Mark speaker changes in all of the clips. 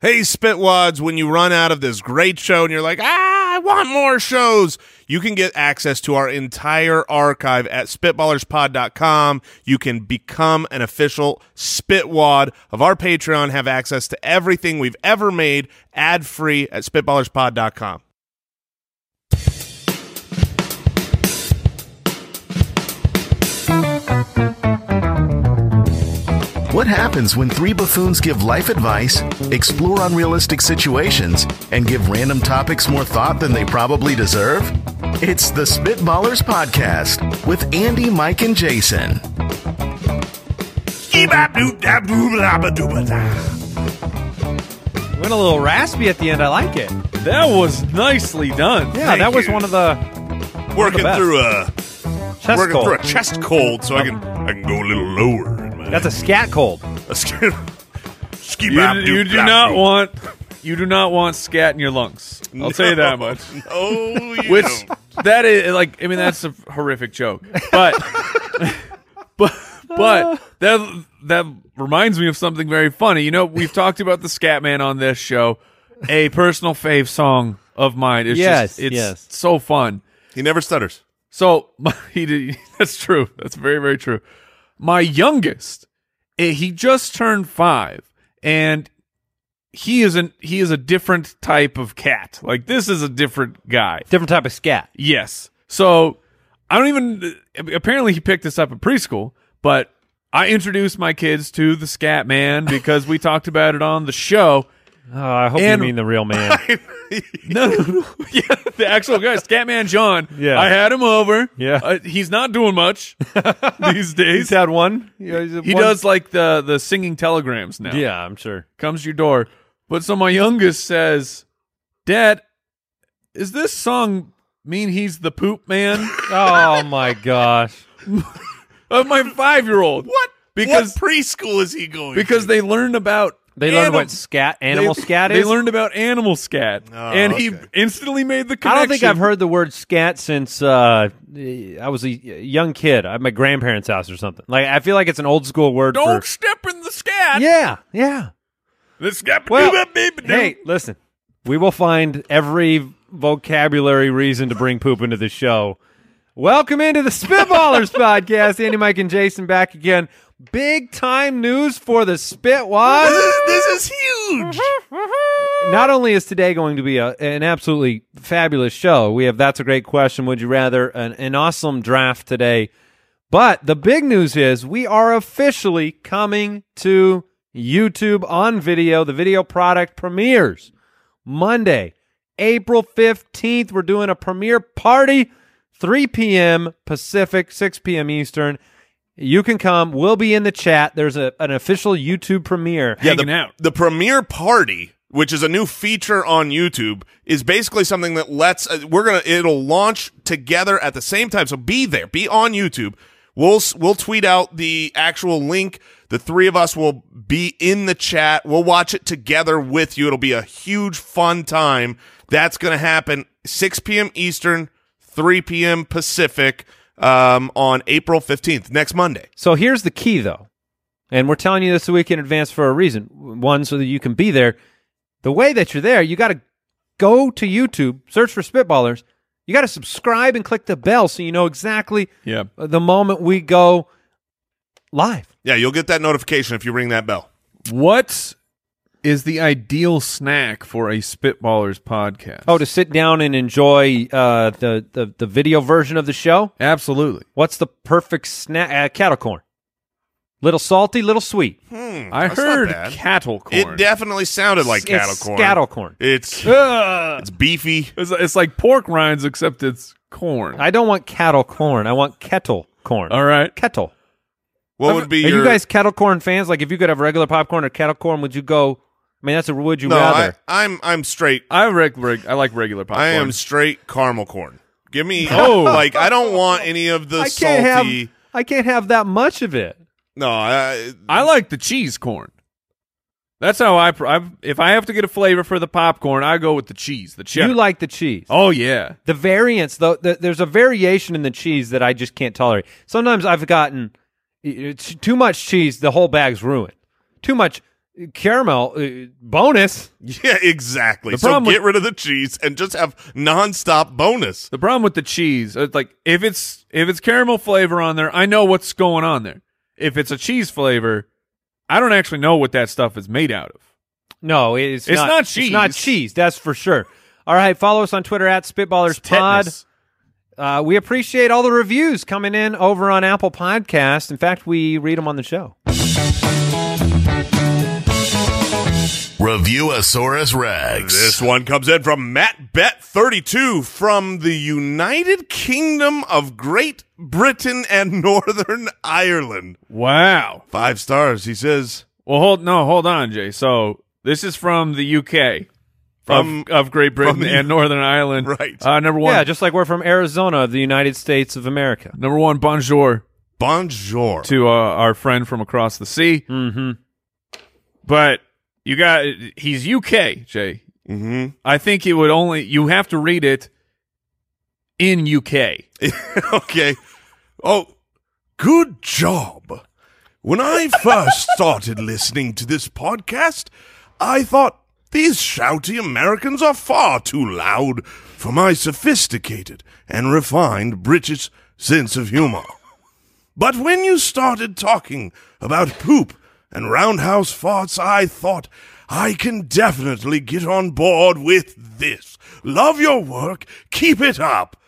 Speaker 1: Hey, Spitwads, when you run out of this great show and you're like, ah, I want more shows, you can get access to our entire archive at spitballerspod.com. You can become an official Spitwad of our Patreon, have access to everything we've ever made ad free at spitballerspod.com.
Speaker 2: What happens when three buffoons give life advice, explore unrealistic situations, and give random topics more thought than they probably deserve? It's the Spitballers Podcast with Andy, Mike, and Jason.
Speaker 3: Went a little raspy at the end. I like it.
Speaker 4: That was nicely done.
Speaker 3: Yeah,
Speaker 4: Thank
Speaker 3: that was
Speaker 4: you.
Speaker 3: one of the
Speaker 1: Working
Speaker 3: best.
Speaker 1: through a
Speaker 3: chest
Speaker 1: working
Speaker 3: cold.
Speaker 1: through a chest cold, so I can I can go a little lower. In my,
Speaker 3: That's a scat cold.
Speaker 1: a ski. ski
Speaker 4: You, you do not want you do not want scat in your lungs. I'll tell you that much.
Speaker 1: Oh, you
Speaker 4: Which
Speaker 1: don't.
Speaker 4: that is like I mean that's a horrific joke, but but but that that reminds me of something very funny. You know we've talked about the scat man on this show. A personal fave song of mine. It's
Speaker 3: Yes,
Speaker 4: just, it's
Speaker 3: yes.
Speaker 4: so fun.
Speaker 1: he never stutters.
Speaker 4: So my, he did. That's true. That's very very true. My youngest, eh, he just turned five, and he is an he is a different type of cat. Like this is a different guy.
Speaker 3: Different type of scat.
Speaker 4: Yes. So I don't even. eh, Apparently, he picked this up at preschool, but I introduced my kids to the Scat Man because we talked about it on the show.
Speaker 3: Oh, I hope
Speaker 4: And-
Speaker 3: you mean the real man.
Speaker 4: No, no, no. yeah, the actual guy, Scatman John.
Speaker 3: Yeah.
Speaker 4: I had him over.
Speaker 3: Yeah.
Speaker 4: Uh, he's not doing much these days.
Speaker 3: He's had one. He has
Speaker 4: he
Speaker 3: one-
Speaker 4: does like the the singing telegrams now.
Speaker 3: Yeah, I'm sure.
Speaker 4: comes to your door. But so my youngest says, "Dad, is this song mean he's the poop man?"
Speaker 3: Oh my gosh.
Speaker 4: of my five year old. What? Because
Speaker 1: preschool is he going?
Speaker 4: because they learned about
Speaker 3: They learned
Speaker 4: anim-
Speaker 3: what scat animal
Speaker 4: they,
Speaker 3: scat
Speaker 4: They
Speaker 3: is.
Speaker 4: learned about animal scat, and he
Speaker 1: okay.
Speaker 4: instantly made the
Speaker 3: I
Speaker 4: connection.
Speaker 3: don't think I've heard the word scat since uh, I was a y- young kid at my grandparents' house or something. Like I feel like it's an old school word.
Speaker 4: Don't
Speaker 3: For,
Speaker 4: step in the scat.
Speaker 3: yeah, yeah.
Speaker 4: The scat.
Speaker 3: Well, hey, listen. We will find every vocabulary reason to bring poop into the show. Welcome into the Spitballers podcast. Andy, Mike, and Jason back again. Big time news for the Spitwads.
Speaker 1: this is huge.
Speaker 3: Not only is today going to be a, an absolutely fabulous show, we have That's a Great Question, Would You Rather, an, an awesome draft today. But the big news is we are officially coming to YouTube on video. The video product premieres Monday, April 15th. We're doing a premiere party, 3 p.m. Pacific, 6 p.m. Eastern. You can come. We'll be in the chat. There's a, an official YouTube premiere.
Speaker 1: Yeah,
Speaker 4: Hanging
Speaker 1: the,
Speaker 4: out.
Speaker 1: the premiere party, which is a new feature on YouTube, is basically something that lets uh, we're gonna it'll launch together at the same time. So be there, be on YouTube. We'll s- we'll tweet out the actual link. The three of us will be in the chat. We'll watch it together with you. It'll be a huge fun time. That's gonna happen 6 p.m. Eastern, 3 p.m. Pacific, um, on April 15th, next Monday.
Speaker 3: So here's the key, though, and we're telling you this a week in advance for a reason. One, so that you can be there. The way that you're there, you got to go to YouTube, search for Spitballers. You got to subscribe and click the bell so you know exactly
Speaker 4: Yeah.
Speaker 3: the moment we go live.
Speaker 1: Yeah, you'll get that notification if you ring that bell.
Speaker 4: What is the ideal snack for a Spitballers podcast?
Speaker 3: Oh, to sit down and enjoy uh, the, the the video version of the show.
Speaker 4: absolutely.
Speaker 3: What's the perfect snack? Uh, cattle corn, little salty, little sweet.
Speaker 4: I
Speaker 1: Hmm, That's not
Speaker 4: heard
Speaker 1: bad.
Speaker 4: cattle corn.
Speaker 1: It definitely sounded like
Speaker 3: It's
Speaker 1: cattle corn.
Speaker 3: Cattle corn.
Speaker 1: It's
Speaker 4: Ugh.
Speaker 1: it's beefy.
Speaker 4: It's, it's like pork rinds, except it's corn.
Speaker 3: I don't want cattle corn. I want kettle corn.
Speaker 4: All right.
Speaker 3: Kettle.
Speaker 1: What would be
Speaker 3: Are
Speaker 1: your
Speaker 3: you guys kettle corn fans? Like, if you could have regular popcorn or kettle corn, would you go? I mean, that's a would you
Speaker 1: No, I,
Speaker 3: rather?
Speaker 1: I'm I'm straight.
Speaker 4: I reg, reg, I like regular popcorn.
Speaker 1: I am straight caramel corn. Give me
Speaker 4: Oh.
Speaker 1: like I don't want any of the salty.
Speaker 3: have. I can't have that much of it.
Speaker 1: No, I,
Speaker 4: I like the cheese corn. That's how I, pr- I. If I have to get a flavor for the popcorn, I go with the cheese, the cheddar.
Speaker 3: You like the cheese.
Speaker 4: Oh yeah.
Speaker 3: The variants, though, the, there's a variation in the cheese that I just can't tolerate. Sometimes I've gotten it's too much cheese, the whole bag's ruined. Too much caramel uh, bonus.
Speaker 5: Yeah, exactly.
Speaker 4: The
Speaker 5: so
Speaker 4: problem
Speaker 5: get
Speaker 4: with-
Speaker 5: rid of the cheese and just have nonstop bonus.
Speaker 4: The problem with the cheese, it's like if it's if it's caramel flavor on there, I know what's going on there. If it's a cheese flavor, I don't actually know what that stuff is made out of.
Speaker 3: No, it's,
Speaker 4: It's not
Speaker 3: It's not
Speaker 4: cheese.
Speaker 3: cheese. That's for sure. All right, follow us on Twitter at Spitballers Pod.
Speaker 4: Tetanus.
Speaker 3: Uh, we appreciate all the reviews coming in over on Apple Podcast. In fact, we read them on the show.
Speaker 2: Review Asaurus Rex.
Speaker 5: This one comes in from Matt Bet 32 from the United Kingdom of Great Britain and Northern Ireland.
Speaker 4: Wow.
Speaker 5: Five stars. He says,
Speaker 4: Well, hold no, hold on, Jay. So this is from the UK,
Speaker 5: From-
Speaker 4: from of, Great Britain
Speaker 5: the-
Speaker 4: and Northern Ireland.
Speaker 5: Right.
Speaker 4: Uh, number one.
Speaker 3: Yeah, just like we're from Arizona, the United States of America.
Speaker 4: number one. Bonjour
Speaker 5: Bonjour.
Speaker 4: to uh, our friend from across the sea.
Speaker 3: Mm-hmm.
Speaker 4: But you got he's UK, Jay.
Speaker 5: hmm
Speaker 4: I think it would only you have to read it in UK.
Speaker 5: okay. Oh, good job. When I first started listening to this podcast, I thought these shouty Americans are far too loud for my sophisticated and refined British sense of humor. But when you started talking about poop and roundhouse farts, I thought I can definitely get on board with this. Love your work. Keep it up.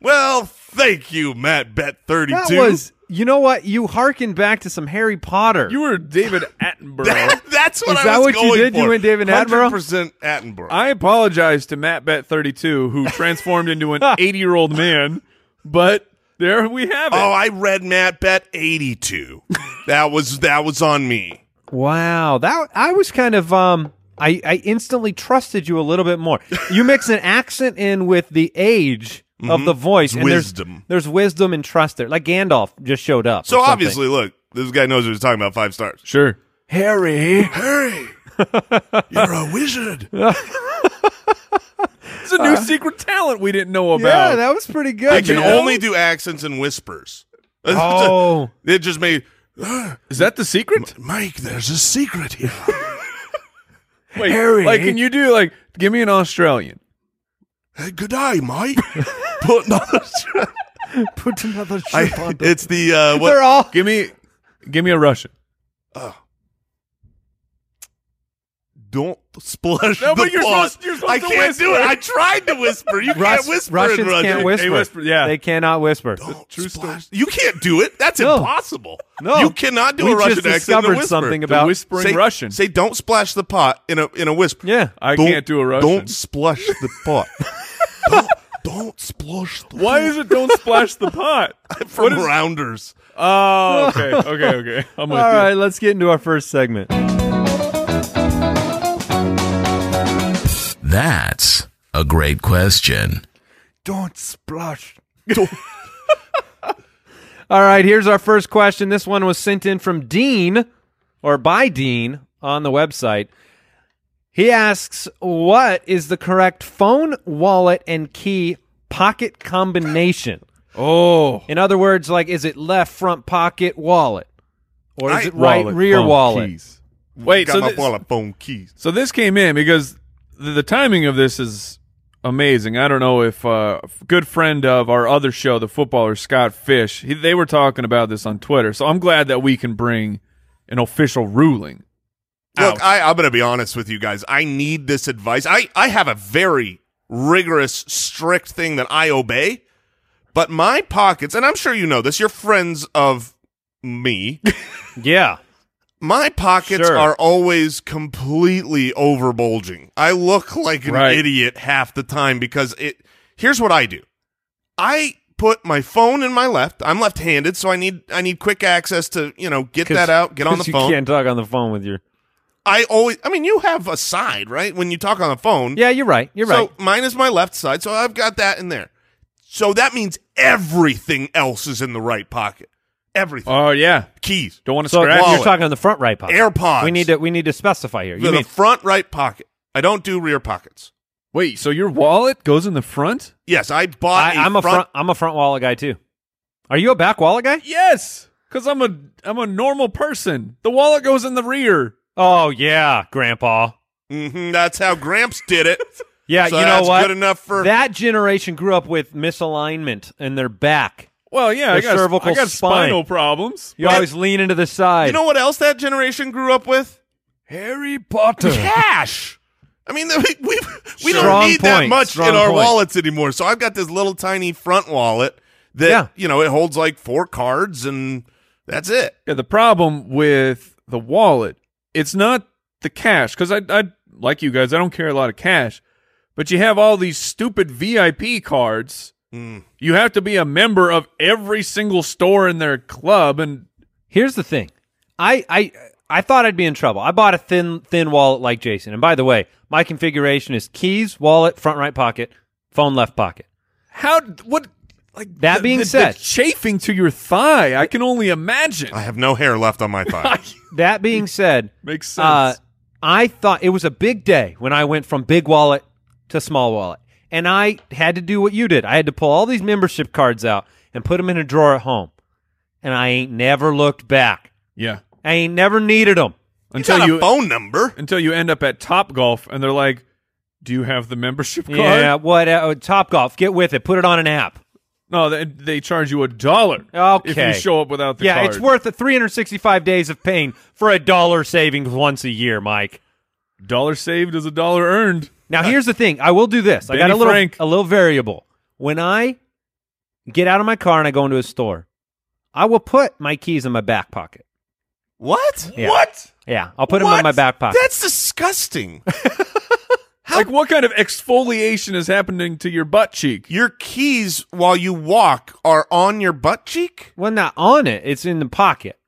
Speaker 5: Well, thank you, Matt Bet 32.
Speaker 3: That was, you know what? You hearkened back to some Harry Potter.
Speaker 4: You were David Attenborough.
Speaker 5: That's what I
Speaker 3: Is that
Speaker 5: was
Speaker 3: what you
Speaker 5: going
Speaker 3: did?
Speaker 5: for.
Speaker 3: You went David Attenborough?
Speaker 5: 100% Attenborough.
Speaker 4: I apologize to Matt Bet 32 who transformed into an 80-year-old man, but there we have it.
Speaker 5: oh, I read Matt Bet 82. that was that was on me.
Speaker 3: wow, that I was kind of um, I I instantly trusted you a little bit more. You mix an accent in with the age of the voice,
Speaker 5: Mm-hmm. It's
Speaker 3: and there's-
Speaker 5: wisdom.
Speaker 3: There's, wisdom and trust there. Like Gandalf just showed up.
Speaker 5: So
Speaker 3: or something.
Speaker 5: obviously, look, this guy knows what he's talking about. Five stars.
Speaker 4: sure.
Speaker 5: Harry, Harry, you're a wizard.
Speaker 4: It's a new secret talent we didn't know about.
Speaker 3: Uh. yeah, that was pretty good.
Speaker 5: I can
Speaker 3: man.
Speaker 5: only do accents and whispers.
Speaker 3: Oh.
Speaker 5: it just made
Speaker 4: Is that the secret?
Speaker 5: Mike. There's a secret here.
Speaker 4: Wait,
Speaker 5: Harry.
Speaker 4: Like, can you do like give me an Australian?
Speaker 5: hey, good day, Mike. Put another.
Speaker 3: put another chip
Speaker 5: I, it's the uh, what?
Speaker 3: They're all
Speaker 4: Give me, give me a Russian.
Speaker 5: Don't splash
Speaker 4: No,
Speaker 5: the
Speaker 4: but you're
Speaker 5: pot.
Speaker 4: supposed- you're supposed
Speaker 5: I
Speaker 4: to
Speaker 5: can't do it.
Speaker 4: whisper.
Speaker 5: I tried to whisper. You can't
Speaker 3: Russ-
Speaker 5: whisper. in
Speaker 3: Russians
Speaker 5: Russian.
Speaker 3: can't whisper.
Speaker 4: They whisper, yeah.
Speaker 3: They cannot whisper.
Speaker 5: Don't splash- You can't do it. That's
Speaker 3: No.
Speaker 5: impossible.
Speaker 3: No.
Speaker 5: you cannot do
Speaker 3: We
Speaker 5: a Russian
Speaker 3: just
Speaker 5: accent. and
Speaker 3: discovered
Speaker 5: whisper.
Speaker 3: something
Speaker 4: The
Speaker 3: about-
Speaker 4: whispering
Speaker 5: say,
Speaker 4: Russian.
Speaker 5: Say, don't splash the pot in a in a whisper.
Speaker 3: Yeah.
Speaker 4: I
Speaker 5: Don't-
Speaker 4: can't do a Russian.
Speaker 5: Don't splash the pot. don't, don't splash the
Speaker 4: Why is it don't splash the pot?
Speaker 5: pot from rounders.
Speaker 4: Oh, okay, okay, okay. I'm with
Speaker 3: All
Speaker 4: you.
Speaker 3: right, let's get into our first segment.
Speaker 2: That's a great question.
Speaker 5: Don't splash.
Speaker 3: All right, here's our first question. This one was sent in from Dean or by Dean on the website. He asks, "What is the correct phone, wallet, and key pocket combination?"
Speaker 4: Oh,
Speaker 3: In other words, like is it left front pocket wallet or is
Speaker 5: Right
Speaker 3: it right
Speaker 4: wallet,
Speaker 3: rear
Speaker 4: phone,
Speaker 3: wallet?
Speaker 4: keys. Wait,
Speaker 5: Got
Speaker 4: so
Speaker 5: my
Speaker 4: this,
Speaker 5: wallet, phone, keys.
Speaker 4: so this came in because the, the timing of this is amazing. I don't know if uh, f- good friend of our other show, the footballer Scott Fish, he, they were talking about this on Twitter. So I'm glad that we can bring an official ruling.
Speaker 5: Look,
Speaker 4: Ouch.
Speaker 5: I, I'm going to be honest with you guys. I need this advice. I, I have a very rigorous, strict thing that I obey, but my pockets, and I'm sure you know this, you're friends of me.
Speaker 3: Yeah.
Speaker 5: My pockets
Speaker 3: Sure.
Speaker 5: are always completely overbulging. I look like an
Speaker 4: Right.
Speaker 5: idiot half the time because it. Here's what I do. I put my phone in my left. I'm left-handed, so I need I need quick access to you know get
Speaker 3: 'Cause-
Speaker 5: that out, get on the
Speaker 3: 'cause
Speaker 5: phone.
Speaker 3: You can't talk on the phone with your
Speaker 5: I always. I mean, you have a side right when you talk on the phone.
Speaker 3: Yeah, you're right. You're right.
Speaker 5: So mine is my left side, so I've got that in there. So that means everything else is in the right pocket. Everything.
Speaker 4: Oh yeah,
Speaker 3: Uh,
Speaker 5: Keys.
Speaker 4: don't want to
Speaker 3: So
Speaker 4: scratch.
Speaker 5: wallet.
Speaker 3: you're talking on the front right pocket.
Speaker 5: AirPods.
Speaker 3: We need to we need to specify here. You
Speaker 5: the
Speaker 3: mean
Speaker 5: front right pocket. I don't do rear pockets.
Speaker 4: Wait, so your wallet goes in the front?
Speaker 5: Yes, I bought.
Speaker 3: I, I'm a front, I'm a front wallet guy too. Are you a back wallet guy?
Speaker 4: Yes, because I'm a I'm a normal person. The wallet goes in the rear.
Speaker 3: Oh yeah, Grandpa.
Speaker 5: hmm that's how Gramps did it.
Speaker 3: Yeah,
Speaker 5: So
Speaker 3: you know
Speaker 5: that's
Speaker 3: what?
Speaker 5: good enough for-
Speaker 3: that generation grew up with misalignment in their back.
Speaker 4: Well, yeah, I
Speaker 3: The
Speaker 4: got,
Speaker 3: cervical
Speaker 4: I got
Speaker 3: spine.
Speaker 4: spinal problems.
Speaker 3: You always lean into the side.
Speaker 5: You know what else that generation grew up with?
Speaker 4: Harry Potter.
Speaker 5: Cash. I mean, we we, we don't
Speaker 3: Strong
Speaker 5: need that
Speaker 3: point,
Speaker 5: much in
Speaker 3: strong
Speaker 5: our
Speaker 3: point.
Speaker 5: wallets anymore. So I've got this little tiny front wallet that
Speaker 3: Yeah.
Speaker 5: you know it holds like four cards and that's it.
Speaker 4: Yeah, the problem with the wallet, it's not the cash because I, I like you guys. I don't carry a lot of cash, but you have all these stupid VIP cards.
Speaker 5: Hmm.
Speaker 4: You have to be a member of every single store in their club, and
Speaker 3: Here's the thing. I I I thought I'd be in trouble. I bought a thin thin wallet like Jason. And by the way, my configuration is keys, wallet, front right pocket, phone left pocket.
Speaker 4: how what like
Speaker 3: That
Speaker 4: the-
Speaker 3: being
Speaker 4: the- the
Speaker 3: said-
Speaker 4: chafing to your thigh. I can only imagine.
Speaker 5: I have no hair left on my thigh.
Speaker 3: That being said,
Speaker 4: Makes sense.
Speaker 3: uh, I thought it was a big day when I went from big wallet to small wallet. And I had to do what you did. I had to pull all these membership cards out and put them in a drawer at home. And I ain't never looked back.
Speaker 4: yeah,
Speaker 3: I ain't never needed them.
Speaker 5: It's
Speaker 4: until
Speaker 5: not
Speaker 4: you
Speaker 5: a phone number.
Speaker 4: until you end up at Top Golf, and they're like, "Do you have the membership card?"
Speaker 3: Yeah, what? Uh, Top Golf, get with it. Put it on an app.
Speaker 4: No, they, they charge you a dollar if
Speaker 3: Okay.
Speaker 4: you show up without the
Speaker 3: yeah,
Speaker 4: card.
Speaker 3: it's worth the 365 days of pain for a dollar savings once a year, Mike.
Speaker 4: dollar saved is a dollar earned.
Speaker 3: Now here's the thing. I will do this. I got
Speaker 4: Uh, Benny
Speaker 3: a little
Speaker 4: Frank.
Speaker 3: a little variable. When I get out of my car and I go into a store, I will put my keys in my back pocket.
Speaker 5: What?
Speaker 3: Yeah.
Speaker 5: What?
Speaker 3: Yeah, I'll put them in my
Speaker 5: What?
Speaker 3: back pocket.
Speaker 5: That's disgusting.
Speaker 4: Like what kind of exfoliation is happening to your butt cheek?
Speaker 5: Your keys while you walk are on your butt cheek
Speaker 3: well, not on it. It's in the pocket.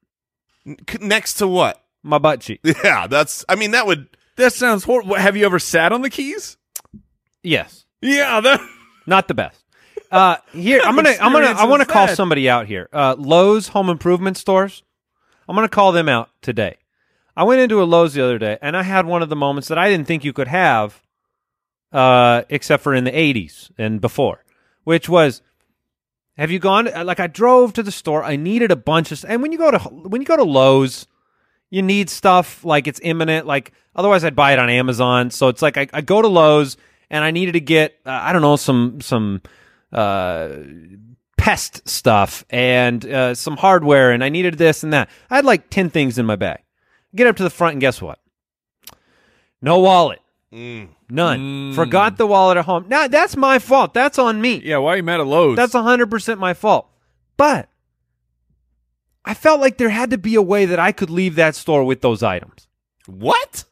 Speaker 5: N- c- next to what?
Speaker 3: My butt cheek.
Speaker 5: Yeah, that's. I mean, that would.
Speaker 4: That sounds horrible. Have you ever sat on the keys?
Speaker 3: Yes,
Speaker 4: Yeah, that
Speaker 3: not the best. Uh, here I'm gonna I'm gonna
Speaker 4: Experience
Speaker 3: I want to
Speaker 4: is
Speaker 3: call
Speaker 4: that.
Speaker 3: somebody out here. Uh, Lowe's home improvement stores. I'm gonna call them out today. I went into a Lowe's the other day and I had one of the moments that I didn't think you could have, uh, except for in the '80s and before, which was, have you gone? Like I drove to the store. I needed a bunch of, and when you go to when you go to Lowe's, you need stuff like it's imminent. Like otherwise, I'd buy it on Amazon. So it's like I, I go to Lowe's and I needed to get uh, I don't know some some uh, pest stuff and uh, some hardware, and I needed this and that. I had like ten things in my bag. Get up to the front, and guess what? No wallet. None. Forgot the wallet at home. Now that's my fault. That's on me.
Speaker 4: yeah. Why are you mad at Lowe's?
Speaker 3: That's 100% my fault. But I felt like there had to be a way that I could leave that store with those items.
Speaker 5: What?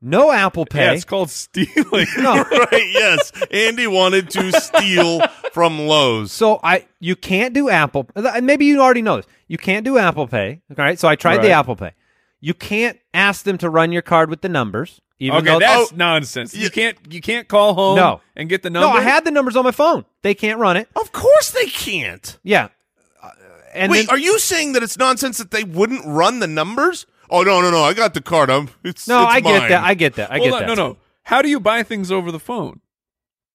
Speaker 3: No Apple
Speaker 4: yeah.
Speaker 3: Pay.
Speaker 4: It's called stealing.
Speaker 3: no.
Speaker 5: right. Yes. Andy wanted to steal from Lowe's.
Speaker 3: So I you can't do Apple and maybe you already know this. You can't do Apple Pay, all right? So I tried the
Speaker 4: Right.
Speaker 3: Apple Pay. You can't ask them to run your card with the numbers even
Speaker 4: okay,
Speaker 3: though
Speaker 4: that's nonsense. You can't you can't call home
Speaker 3: Oh. No.
Speaker 4: and get the number.
Speaker 3: No, I had the numbers on my phone. They can't run it.
Speaker 5: Of course they can't.
Speaker 3: Yeah. Uh, And
Speaker 5: Wait,
Speaker 3: then-
Speaker 5: are you saying that it's nonsense that they wouldn't run the numbers? Oh no, no, no! I got the card. I'm. It's
Speaker 3: No,
Speaker 5: it's
Speaker 3: I get
Speaker 5: mine.
Speaker 3: that. I get that. I
Speaker 4: Hold
Speaker 3: get
Speaker 4: on,
Speaker 3: that.
Speaker 4: No, no. How do you buy things over the phone?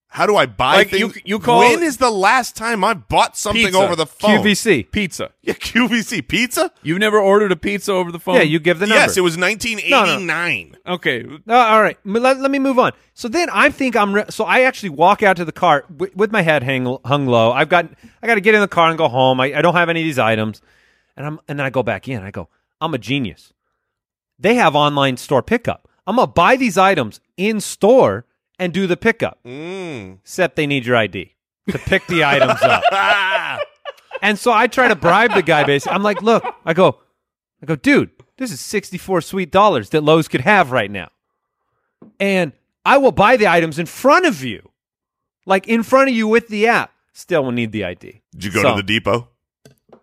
Speaker 5: How do I buy
Speaker 4: Like,
Speaker 5: things?
Speaker 4: you- you call-
Speaker 5: When is the last time I bought something
Speaker 4: Pizza.
Speaker 5: over the phone?
Speaker 3: QVC.
Speaker 4: Pizza.
Speaker 5: Yeah, QVC pizza.
Speaker 4: You've never ordered a pizza over the phone.
Speaker 3: Yeah, you give the number.
Speaker 5: Yes, it was 1989.
Speaker 4: okay.
Speaker 3: Uh, all right, M- let, let me move on. So then I think I'm re- so I actually walk out to the car wi- with my head hang- hung low. I've got I got to get in the car and go home. I, I don't have any of these items, and I'm and then I go back in. I go, I'm a genius. They have online store pickup. I'm gonna buy these items in store and do the pickup.
Speaker 5: Mm.
Speaker 3: Except they need your ID to pick the items up. And so I try to bribe the guy. Basically, I'm like, look, I go, I go, dude, this is 64 sweet dollars that Lowe's could have right now, and I will buy the items in front of you, like in front of you with the app. Still, will need the ID.
Speaker 5: Did you go
Speaker 3: So-
Speaker 5: to the depot?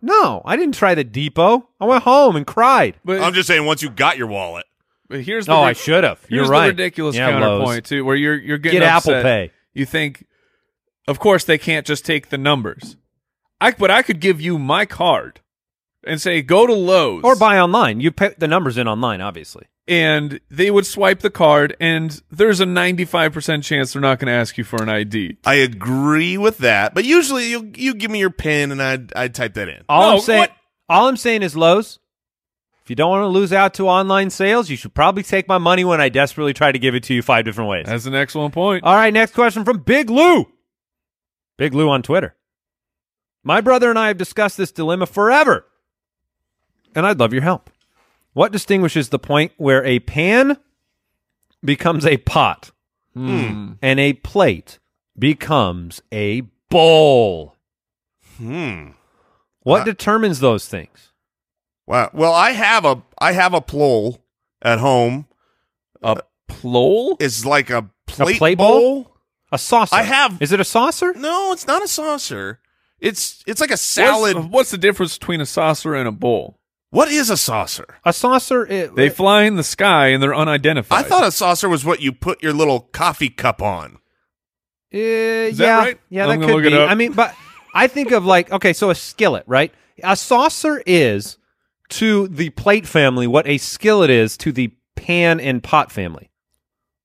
Speaker 3: No, I didn't try the depot. I went home and cried.
Speaker 4: But,
Speaker 5: I'm just saying. Once you got your wallet,
Speaker 4: but here's the
Speaker 3: Oh, I
Speaker 4: ridic-
Speaker 3: should have. You're
Speaker 4: Here's
Speaker 3: right.
Speaker 4: the ridiculous
Speaker 3: Yeah, Lowe's.
Speaker 4: counterpoint too, where you're you're getting
Speaker 3: Get Apple
Speaker 4: upset.
Speaker 3: Pay.
Speaker 4: You think, of course, they can't just take the numbers. I but I could give you my card and say go to Lowe's
Speaker 3: Or buy online. You put the numbers in online, obviously.
Speaker 4: and they would swipe the card, and there's a 95 percent chance they're not going to ask you for an ID.
Speaker 5: I agree with that. But usually, you you give me your pin and I I type that in.
Speaker 3: All
Speaker 4: No,
Speaker 3: I'm saying,
Speaker 4: what-
Speaker 3: all I'm saying is Lowe's. If If you don't want to lose out to online sales, you should probably take my money when I desperately try to give it to you five different ways.
Speaker 4: That's an excellent point.
Speaker 3: All right, next question from Big Lou. Big Lou on Twitter. My brother and I have discussed this dilemma forever, and I'd love your help. What distinguishes the point where a pan becomes a pot
Speaker 5: Hmm.
Speaker 3: and a plate becomes a bowl?
Speaker 5: Hmm.
Speaker 3: What determines those things?
Speaker 5: Wow. Well, I have a I have a plowl at home.
Speaker 4: A plole?
Speaker 5: It's like a plate,
Speaker 3: plate bowl?
Speaker 5: bowl?
Speaker 3: A saucer.
Speaker 5: I have-
Speaker 3: Is it a saucer?
Speaker 5: No, it's not a saucer. It's it's like a salad.
Speaker 4: What's, what's the difference between a saucer and a bowl?
Speaker 5: what is a saucer?
Speaker 3: A saucer. It,
Speaker 4: They fly in the sky and they're unidentified.
Speaker 5: I thought a saucer was what you put your little coffee cup on.
Speaker 3: Uh,
Speaker 4: that
Speaker 3: yeah,
Speaker 4: right?
Speaker 3: yeah,
Speaker 4: I'm
Speaker 3: that
Speaker 4: gonna
Speaker 3: could
Speaker 4: look it
Speaker 3: be.
Speaker 4: up.
Speaker 3: I mean, but I think of like okay, so a skillet, right? A saucer is to the plate family what a skillet is to the pan and pot family.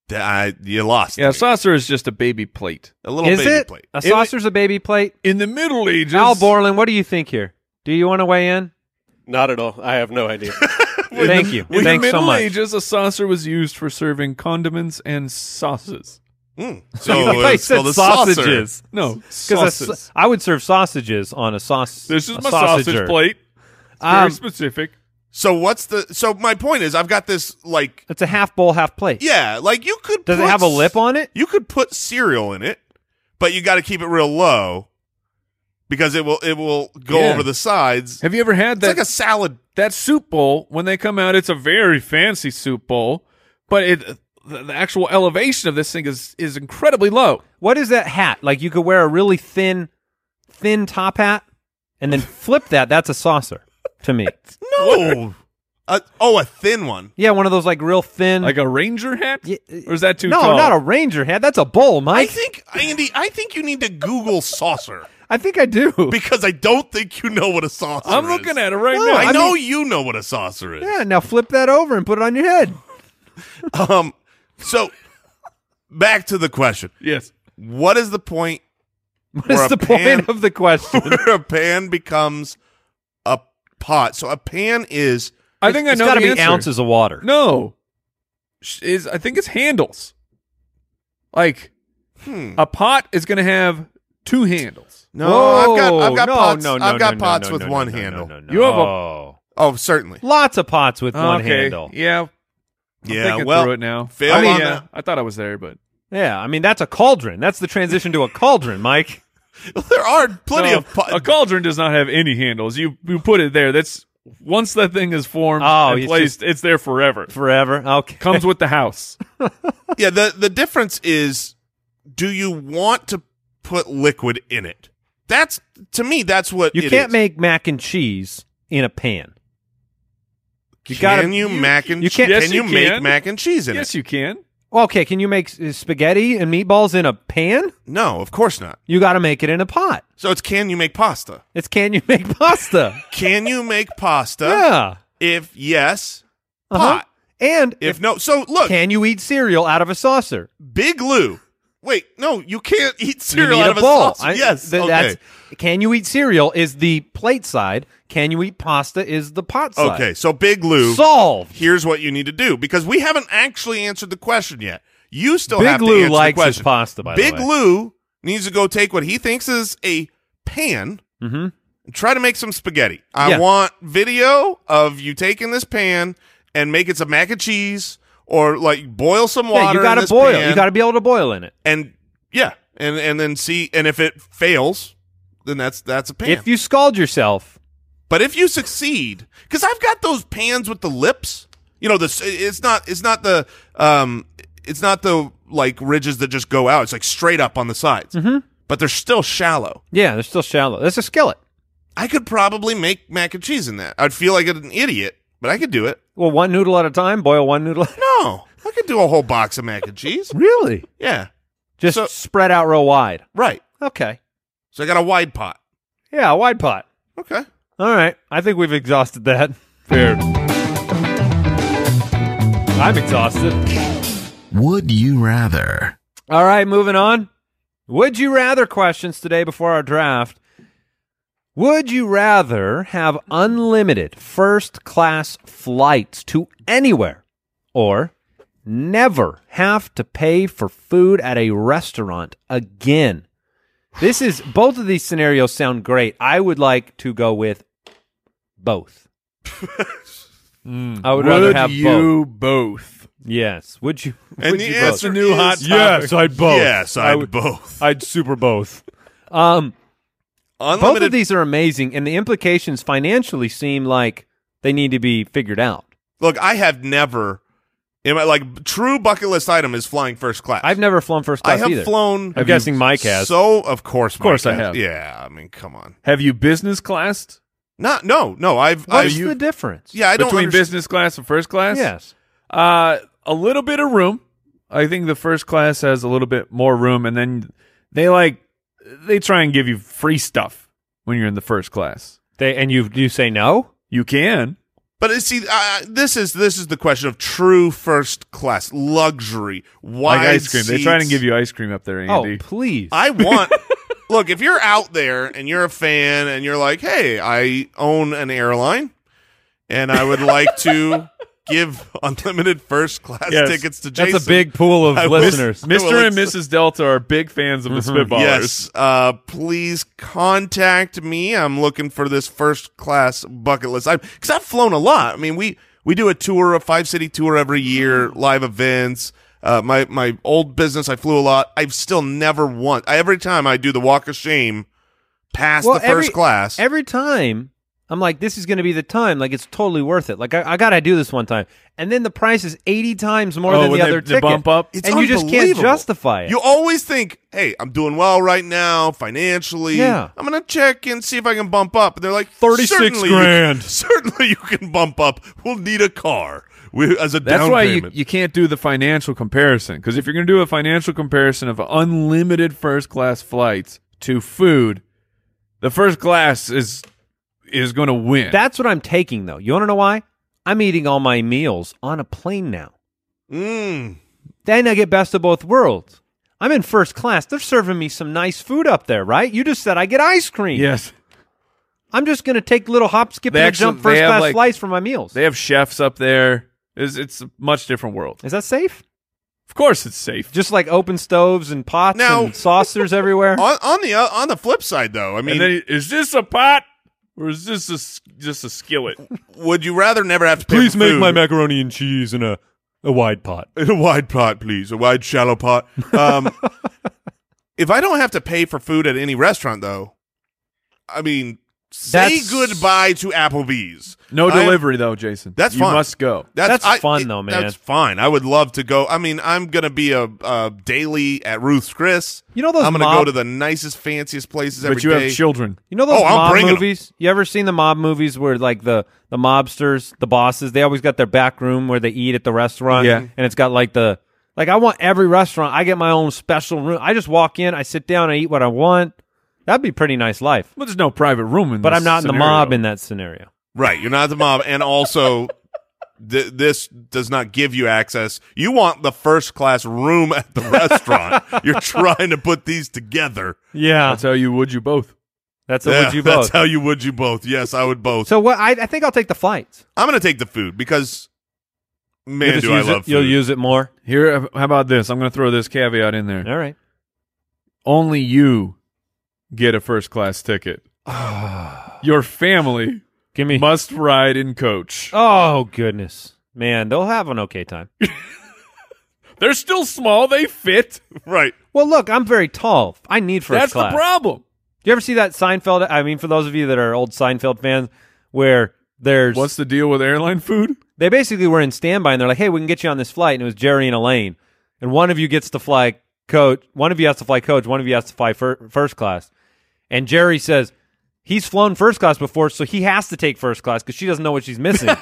Speaker 5: Th- I, you lost.
Speaker 4: Yeah, a
Speaker 5: me.
Speaker 4: saucer is just a baby plate.
Speaker 5: a little
Speaker 3: is
Speaker 5: baby
Speaker 3: it
Speaker 5: plate.
Speaker 3: a
Speaker 5: It-
Speaker 3: saucer's a baby plate?
Speaker 4: In the Middle Ages,
Speaker 3: Al Borland, what do you think here? Do you want to weigh in?
Speaker 6: Not at all. I have no idea.
Speaker 3: Thank you.
Speaker 4: in the
Speaker 3: Thanks so
Speaker 4: Middle
Speaker 3: much.
Speaker 4: Ages, a saucer was used for serving condiments and sauces.
Speaker 5: Mm. So
Speaker 3: I
Speaker 5: it's
Speaker 3: said
Speaker 5: called a saucer.
Speaker 3: sausages
Speaker 4: No, sauces.
Speaker 3: because I would serve sausages on a sauce.
Speaker 4: this is
Speaker 3: a
Speaker 4: my sausage
Speaker 3: sausager.
Speaker 4: plate. It's very
Speaker 3: Um,
Speaker 4: specific.
Speaker 5: So what's the? So my point is, I've got this like
Speaker 3: It's a half bowl, half plate.
Speaker 5: yeah, like you could.
Speaker 3: Does it
Speaker 5: put
Speaker 3: have a
Speaker 5: s-
Speaker 3: lip on it?
Speaker 5: You could put cereal in it, but you got to keep it real low because it will it will go
Speaker 4: Yeah.
Speaker 5: over the sides.
Speaker 4: Have you ever had
Speaker 5: it's
Speaker 4: that?
Speaker 5: like a salad.
Speaker 4: that soup bowl when they come out, it's a very fancy soup bowl, but it uh, the, the actual elevation of this thing is is incredibly low.
Speaker 3: What is that hat? Like you could wear a really thin, thin top hat and then flip that. That's a saucer to me.
Speaker 5: No. A, oh, a thin one.
Speaker 3: Yeah, one of those like real thin.
Speaker 4: Like a ranger hat,
Speaker 3: Yeah,
Speaker 4: or is that too
Speaker 3: no,
Speaker 4: tall?
Speaker 3: not a ranger hat. That's a bowl,
Speaker 5: I
Speaker 3: Mike.
Speaker 5: think Andy. I think you need to Google saucer
Speaker 3: I think I do.
Speaker 5: because I don't think you know what a saucer.
Speaker 4: I'm
Speaker 5: is.
Speaker 4: looking at it right
Speaker 3: No,
Speaker 4: now.
Speaker 5: I,
Speaker 3: I
Speaker 5: know you know what a saucer is.
Speaker 3: yeah, now flip that over and put it on your head.
Speaker 5: Um. So back to the question:
Speaker 4: Yes.
Speaker 5: What is the point
Speaker 3: What
Speaker 5: Or
Speaker 3: is
Speaker 5: a
Speaker 3: the
Speaker 5: pan.
Speaker 3: point of the question?
Speaker 5: where a pan becomes a pot? So a pan is
Speaker 4: I think
Speaker 3: it's
Speaker 4: I know
Speaker 3: gotta
Speaker 4: the
Speaker 3: be
Speaker 4: answer.
Speaker 3: ounces of water.
Speaker 4: No. Sh- Is I think it's handles. Like
Speaker 3: Hmm.
Speaker 4: a pot is going to have two handles.
Speaker 5: no.
Speaker 3: Whoa,
Speaker 5: I've got I've got
Speaker 3: no,
Speaker 5: pots.
Speaker 3: no, no,
Speaker 5: I've
Speaker 3: no,
Speaker 5: got
Speaker 3: no,
Speaker 5: pots
Speaker 3: no,
Speaker 5: with
Speaker 3: no,
Speaker 5: one
Speaker 3: no, no,
Speaker 5: handle.
Speaker 3: no, no,
Speaker 4: You have a-
Speaker 3: no.
Speaker 5: Oh, certainly.
Speaker 3: lots of pots with one
Speaker 4: okay.
Speaker 3: handle.
Speaker 4: Yeah. I'm
Speaker 5: yeah.
Speaker 4: thinking
Speaker 5: Well,
Speaker 4: through it now.
Speaker 5: fail
Speaker 4: I mean,
Speaker 5: on
Speaker 4: yeah,
Speaker 5: that.
Speaker 4: I thought I was there, but
Speaker 3: Yeah, I mean that's a cauldron. That's the transition to a cauldron, Mike.
Speaker 5: there are plenty
Speaker 4: No,
Speaker 5: of pots.
Speaker 4: a cauldron does not have any handles. You you put it there. That's once that thing is formed
Speaker 3: Oh,
Speaker 4: and
Speaker 3: it's
Speaker 4: placed, it's there forever.
Speaker 3: Forever. Okay.
Speaker 4: Comes with the house.
Speaker 5: yeah. The the difference is, do you want to put liquid in it? That's to me. That's what
Speaker 3: You
Speaker 5: it
Speaker 3: can't
Speaker 5: is.
Speaker 3: make mac and cheese in a pan. You
Speaker 5: Can
Speaker 3: gotta-
Speaker 5: you mac and
Speaker 3: you can't-
Speaker 5: Can
Speaker 4: Yes,
Speaker 5: you
Speaker 4: you
Speaker 5: make
Speaker 4: can.
Speaker 5: mac and cheese in it?
Speaker 4: yes, you can.
Speaker 3: Okay, can you make s- uh, spaghetti and meatballs in a pan?
Speaker 5: No, of course not.
Speaker 3: You got to make it in a pot.
Speaker 5: So it's can you make pasta?
Speaker 3: It's can you make pasta?
Speaker 5: Can you make pasta?
Speaker 3: yeah.
Speaker 5: If yes,
Speaker 3: Uh-huh.
Speaker 5: pot.
Speaker 3: And
Speaker 5: If, no, so look,
Speaker 3: can you eat cereal out of a saucer?
Speaker 5: Big Lou. Wait, no, you can't eat cereal
Speaker 3: you need
Speaker 5: out of
Speaker 3: a
Speaker 5: a
Speaker 3: bowl.
Speaker 5: sauce.
Speaker 3: I-
Speaker 5: yes,
Speaker 3: th-
Speaker 5: okay.
Speaker 3: that's- can you eat cereal is the plate side. Can you eat pasta is the pot side.
Speaker 5: okay. So Big Lou,
Speaker 3: Solved.
Speaker 5: here's what you need to do because we haven't actually answered the question yet. You still
Speaker 3: Big
Speaker 5: have to
Speaker 3: Lou
Speaker 5: answer
Speaker 3: likes
Speaker 5: the
Speaker 3: his
Speaker 5: question.
Speaker 3: pasta, by the
Speaker 5: Big
Speaker 3: way.
Speaker 5: Lou needs to go take what he thinks is a pan
Speaker 3: Mhm.
Speaker 5: and try to make some spaghetti. I
Speaker 3: Yeah.
Speaker 5: want video of you taking this pan and making some mac and cheese or like boil some water.
Speaker 3: Yeah, you
Speaker 5: in
Speaker 3: got to
Speaker 5: this
Speaker 3: boil.
Speaker 5: pan
Speaker 3: You got to be able to boil in it.
Speaker 5: and yeah, and and then see, and if it fails, then that's that's a pan.
Speaker 3: If you scald yourself,
Speaker 5: But if you succeed, because I've got those pans with the lips, you know, this it's not it's not the um it's not the like ridges that just go out. It's like straight up on the sides, mm-hmm. but they're still shallow.
Speaker 3: yeah, they're still shallow. That's a skillet.
Speaker 5: I could probably make mac and cheese in that. I'd feel like an idiot, but I could do it.
Speaker 3: Well, one noodle at a time, boil one noodle.
Speaker 5: No, I could do a whole box of mac and cheese.
Speaker 3: really?
Speaker 5: Yeah,
Speaker 3: Just
Speaker 5: So-
Speaker 3: spread out real wide.
Speaker 5: right.
Speaker 3: Okay.
Speaker 5: So I got a wide pot.
Speaker 3: Yeah, a wide pot.
Speaker 5: Okay.
Speaker 3: All right. I think we've exhausted that. Fair. I'm exhausted.
Speaker 2: Would you rather?
Speaker 3: All right, moving on. Would you rather questions today before our draft? Would you rather have unlimited first class flights to anywhere or never have to pay for food at a restaurant again? This is both of these scenarios sound great. I would like to go with both. I would rather
Speaker 4: Would
Speaker 3: have both.
Speaker 4: you both?
Speaker 3: Yes. Would you?
Speaker 5: And
Speaker 3: would
Speaker 5: the
Speaker 3: you both?
Speaker 5: answer new hot
Speaker 1: Yes, I'd both.
Speaker 5: Yes, I'd
Speaker 1: would-
Speaker 5: both.
Speaker 1: I'd super both.
Speaker 3: Um both
Speaker 5: Unlimited
Speaker 3: of these are amazing and the implications financially seem like they need to be figured out.
Speaker 5: Look, I have never in my like true bucket list item is flying first class.
Speaker 3: I've never flown first
Speaker 5: I
Speaker 3: class
Speaker 5: have
Speaker 3: either.
Speaker 5: flown.
Speaker 1: I'm guessing Mike has.
Speaker 5: So of course, of
Speaker 4: course I have.
Speaker 5: Yeah, I mean, come on.
Speaker 4: Have you business classed
Speaker 5: Not no no. I've I've
Speaker 3: What's the difference?
Speaker 5: yeah. I don't
Speaker 4: between
Speaker 5: underst-
Speaker 4: business class and first class?
Speaker 3: Yes.
Speaker 4: Uh, a little bit of room. I think the first class has a little bit more room, and then they like they try and give you free stuff when you're in the first class.
Speaker 3: They and you you say no?
Speaker 4: You can.
Speaker 5: But it's, see, uh, this is this is the question of true first class luxury. Why
Speaker 4: Like ice cream. They try and give you ice cream up there, Andy.
Speaker 3: Oh, please.
Speaker 5: I want. look, if you're out there and you're a fan and you're like, hey, I own an airline, and I would like to give unlimited first class
Speaker 4: Yes.
Speaker 5: tickets to Jason.
Speaker 3: That's a big pool of
Speaker 5: I was-
Speaker 3: listeners.
Speaker 5: Well,
Speaker 4: Mr. and
Speaker 5: it's-
Speaker 4: Mrs. Delta are big fans of the Spitballers.
Speaker 5: Mm-hmm. Yes. Uh, please contact me. I'm looking for this first class bucket list. I because I've flown a lot. I mean, we we do a tour, a five city tour every year, live events. Uh, my my old business, I flew a lot. I've still never once. I, every time I do the walk of shame, past
Speaker 3: Well,
Speaker 5: the first
Speaker 3: every-
Speaker 5: class.
Speaker 3: Every time I'm like, this is going to be the time. Like, it's totally worth it. Like, I, I got to do this one time. And then the price is 80 times more
Speaker 4: Oh,
Speaker 3: than
Speaker 4: when
Speaker 3: the
Speaker 4: they-
Speaker 3: other
Speaker 4: they
Speaker 3: ticket.
Speaker 4: bump up?
Speaker 5: It's
Speaker 3: and you just can't
Speaker 5: unbelievable.
Speaker 3: justify it.
Speaker 5: You always think, hey, I'm doing well right now financially.
Speaker 3: Yeah.
Speaker 5: I'm gonna check and see if I can bump up. And they're like,
Speaker 1: 36
Speaker 5: "Certainly you
Speaker 1: grand."
Speaker 5: can- certainly, you can bump up. We'll need a car we, as a
Speaker 4: That's
Speaker 5: down
Speaker 4: why you,
Speaker 5: payment.
Speaker 4: you can't do the financial comparison. Because if you're going to do a financial comparison of unlimited first class flights to food, the first class is is going to win.
Speaker 3: That's what I'm taking, though. You want to know why? I'm eating all my meals on a plane now.
Speaker 5: Mm.
Speaker 3: Then I get best of both worlds. I'm in first class. They're serving me some nice food up there, right? You just said I get ice cream.
Speaker 4: yes.
Speaker 3: I'm just going to take little hop, skip,
Speaker 4: They
Speaker 3: and a
Speaker 4: actually-
Speaker 3: jump
Speaker 4: they
Speaker 3: first
Speaker 4: have,
Speaker 3: class
Speaker 4: like-
Speaker 3: flights for my meals.
Speaker 4: They have chefs up there. It's, it's a much different world.
Speaker 3: Is that safe?
Speaker 4: Of course, it's safe.
Speaker 3: Just like open stoves and pots
Speaker 5: Now-
Speaker 3: and saucers everywhere.
Speaker 5: On, on the uh, on the flip side, though, I mean,
Speaker 4: and then is this a pot or is this a, s- just a skillet?
Speaker 5: would you rather never have to pay
Speaker 1: Please
Speaker 5: for
Speaker 1: make
Speaker 5: food?
Speaker 1: my macaroni and cheese in a, a wide pot.
Speaker 5: in a wide pot, please, a wide shallow pot. Um, if I don't have to pay for food at any restaurant, though, I mean, say
Speaker 3: That's-
Speaker 5: goodbye to Applebee's.
Speaker 4: No
Speaker 5: I-
Speaker 4: delivery though, Jason.
Speaker 5: That's
Speaker 4: you
Speaker 5: fine.
Speaker 4: must go.
Speaker 5: That's,
Speaker 3: That's fun, though, man.
Speaker 5: That's fine. I would love to go. I mean, I'm gonna be a, a daily at Ruth's Chris.
Speaker 3: You know those
Speaker 5: I'm gonna go
Speaker 3: mob-
Speaker 5: to the nicest, fanciest places every
Speaker 4: But you
Speaker 5: day.
Speaker 4: have children.
Speaker 3: You know those
Speaker 5: Oh, I'm
Speaker 3: mob
Speaker 5: bringing 'em.
Speaker 3: movies? You ever seen the mob movies where like the the mobsters, the bosses, they always got their back room where they eat at the restaurant
Speaker 4: Yeah.
Speaker 3: and it's got like the like I want every restaurant, I get my own special room. I just walk in, I sit down, I eat what I want. That'd be a pretty nice life.
Speaker 4: Well, there's no private room in.
Speaker 3: But
Speaker 4: this
Speaker 3: I'm not in the
Speaker 4: scenario.
Speaker 3: mob in that scenario.
Speaker 5: right, you're not the mob, and also. Th- this does not give you access. You want the first class room at the restaurant. You're trying to put these together.
Speaker 3: Yeah.
Speaker 4: That's how you would you both.
Speaker 3: That's a
Speaker 5: Yeah,
Speaker 3: would you
Speaker 5: that's
Speaker 3: both.
Speaker 5: how you would you both. Yes, I would both.
Speaker 3: so what I, I think I'll take the flights.
Speaker 5: I'm gonna take the food because
Speaker 3: You'll
Speaker 5: man,
Speaker 3: just
Speaker 5: do I
Speaker 3: use it-
Speaker 5: love food.
Speaker 3: You'll use it more.
Speaker 4: Here, how about this? I'm going to throw this caveat in there.
Speaker 3: All right.
Speaker 4: Only you get a first class ticket. Your family
Speaker 3: Give me
Speaker 4: must ride in coach.
Speaker 3: Oh goodness. Man, they'll have an okay time.
Speaker 4: They're still small. They fit.
Speaker 5: right.
Speaker 3: Well, look, I'm very tall. I need first
Speaker 4: That's
Speaker 3: class.
Speaker 4: the problem.
Speaker 3: Do you ever see that Seinfeld? I mean, for those of you that are old Seinfeld fans, where there's
Speaker 4: What's the deal with airline food?
Speaker 3: they basically were in standby and they're like, "Hey, we can get you on this flight," and it was Jerry and Elaine, and one of you gets to fly coach, one of you has to fly coach, one of you has to fly fir- first class, and Jerry says he's flown first class before, so he has to take first class because she doesn't know what she's missing,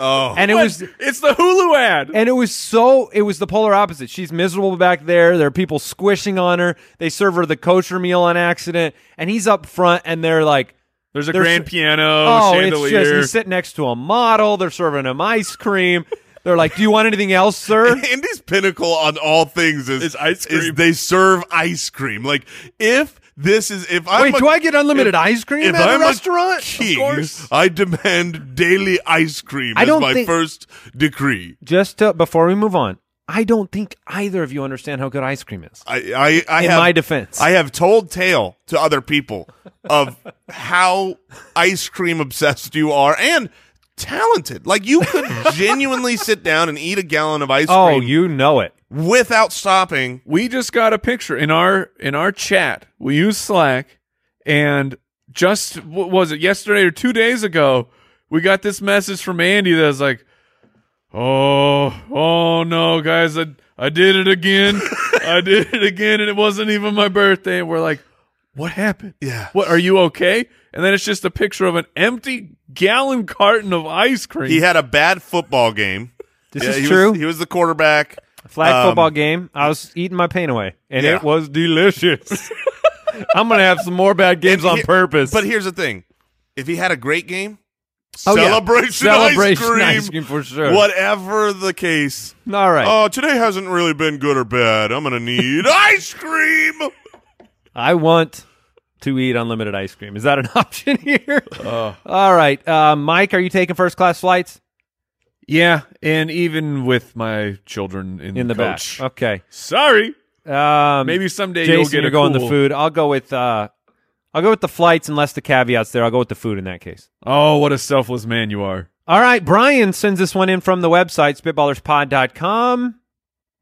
Speaker 5: Oh,
Speaker 3: and it was.
Speaker 4: It's the Hulu ad.
Speaker 3: And it was so, it was the polar opposite. She's miserable back there. There are people squishing on her. They serve her the kosher meal on accident. And he's up front and they're like,
Speaker 4: There's a
Speaker 3: There's-
Speaker 4: grand piano,
Speaker 3: oh, it's
Speaker 4: chandelier.
Speaker 3: just he's sitting next to a model. They're serving him ice cream. They're like, "Do you want anything else, sir?"
Speaker 5: Andy's pinnacle on all things is
Speaker 4: Is ice
Speaker 5: is
Speaker 4: cream.
Speaker 5: they serve ice cream. Like if This is if I'm
Speaker 3: Wait,
Speaker 5: a-
Speaker 3: do I get unlimited ice cream
Speaker 5: if
Speaker 3: at
Speaker 5: I'm
Speaker 3: a restaurant?
Speaker 5: a king,
Speaker 3: course.
Speaker 5: I demand daily ice cream
Speaker 3: I
Speaker 5: as
Speaker 3: don't
Speaker 5: my
Speaker 3: think-
Speaker 5: first decree.
Speaker 3: Just to, before we move on, I don't think either of you understand how good ice cream is.
Speaker 5: I, I, I
Speaker 3: In
Speaker 5: have,
Speaker 3: my defense.
Speaker 5: I have told tale to other people of how ice cream obsessed you are and talented. Like you could genuinely sit down and eat a gallon of ice
Speaker 3: Oh,
Speaker 5: cream
Speaker 3: you know it.
Speaker 5: without stopping.
Speaker 4: we just got a picture in our in our chat. We use Slack, and just what was it yesterday or two days ago? We got this message from Andy that was like, "Oh, oh no, guys, I I did it again. I did it again, and it wasn't even my birthday." And we're like, "What happened?
Speaker 5: Yeah.
Speaker 4: what are you okay?" And then it's just a picture of an empty gallon carton of ice cream.
Speaker 5: He had a bad football game.
Speaker 3: This
Speaker 5: Yeah, he
Speaker 3: is
Speaker 5: was-
Speaker 3: true.
Speaker 5: he was the quarterback.
Speaker 3: Flag
Speaker 5: um,
Speaker 3: football game. I was eating my pain away, and
Speaker 5: Yeah.
Speaker 3: it was delicious. I'm gonna have some more bad games on
Speaker 5: he-
Speaker 3: purpose.
Speaker 5: But here's the thing: if he had a great game,
Speaker 3: Oh, yeah.
Speaker 5: celebration,
Speaker 3: celebration
Speaker 5: ice cream,
Speaker 3: for sure.
Speaker 5: whatever the case.
Speaker 3: All right,
Speaker 5: Oh, today hasn't really been good or bad. I'm gonna need ice cream. Oh,
Speaker 3: I want to eat unlimited ice cream. Is that an option here? All right, uh, Mike, are you taking first class flights
Speaker 4: yeah, and even with my children in,
Speaker 3: in the
Speaker 4: coach. Uh,
Speaker 3: back? Okay.
Speaker 4: Sorry,
Speaker 3: Um,
Speaker 4: maybe someday
Speaker 3: Jason,
Speaker 4: you'll get
Speaker 3: are
Speaker 4: a
Speaker 3: going the
Speaker 4: cool-
Speaker 3: food. I'll go with uh, I'll go with the flights unless the caveats there. I'll go with the food in that case.
Speaker 4: Oh, what a selfless man you are.
Speaker 3: All right, Brian sends this one in from the website spitballerspod.com.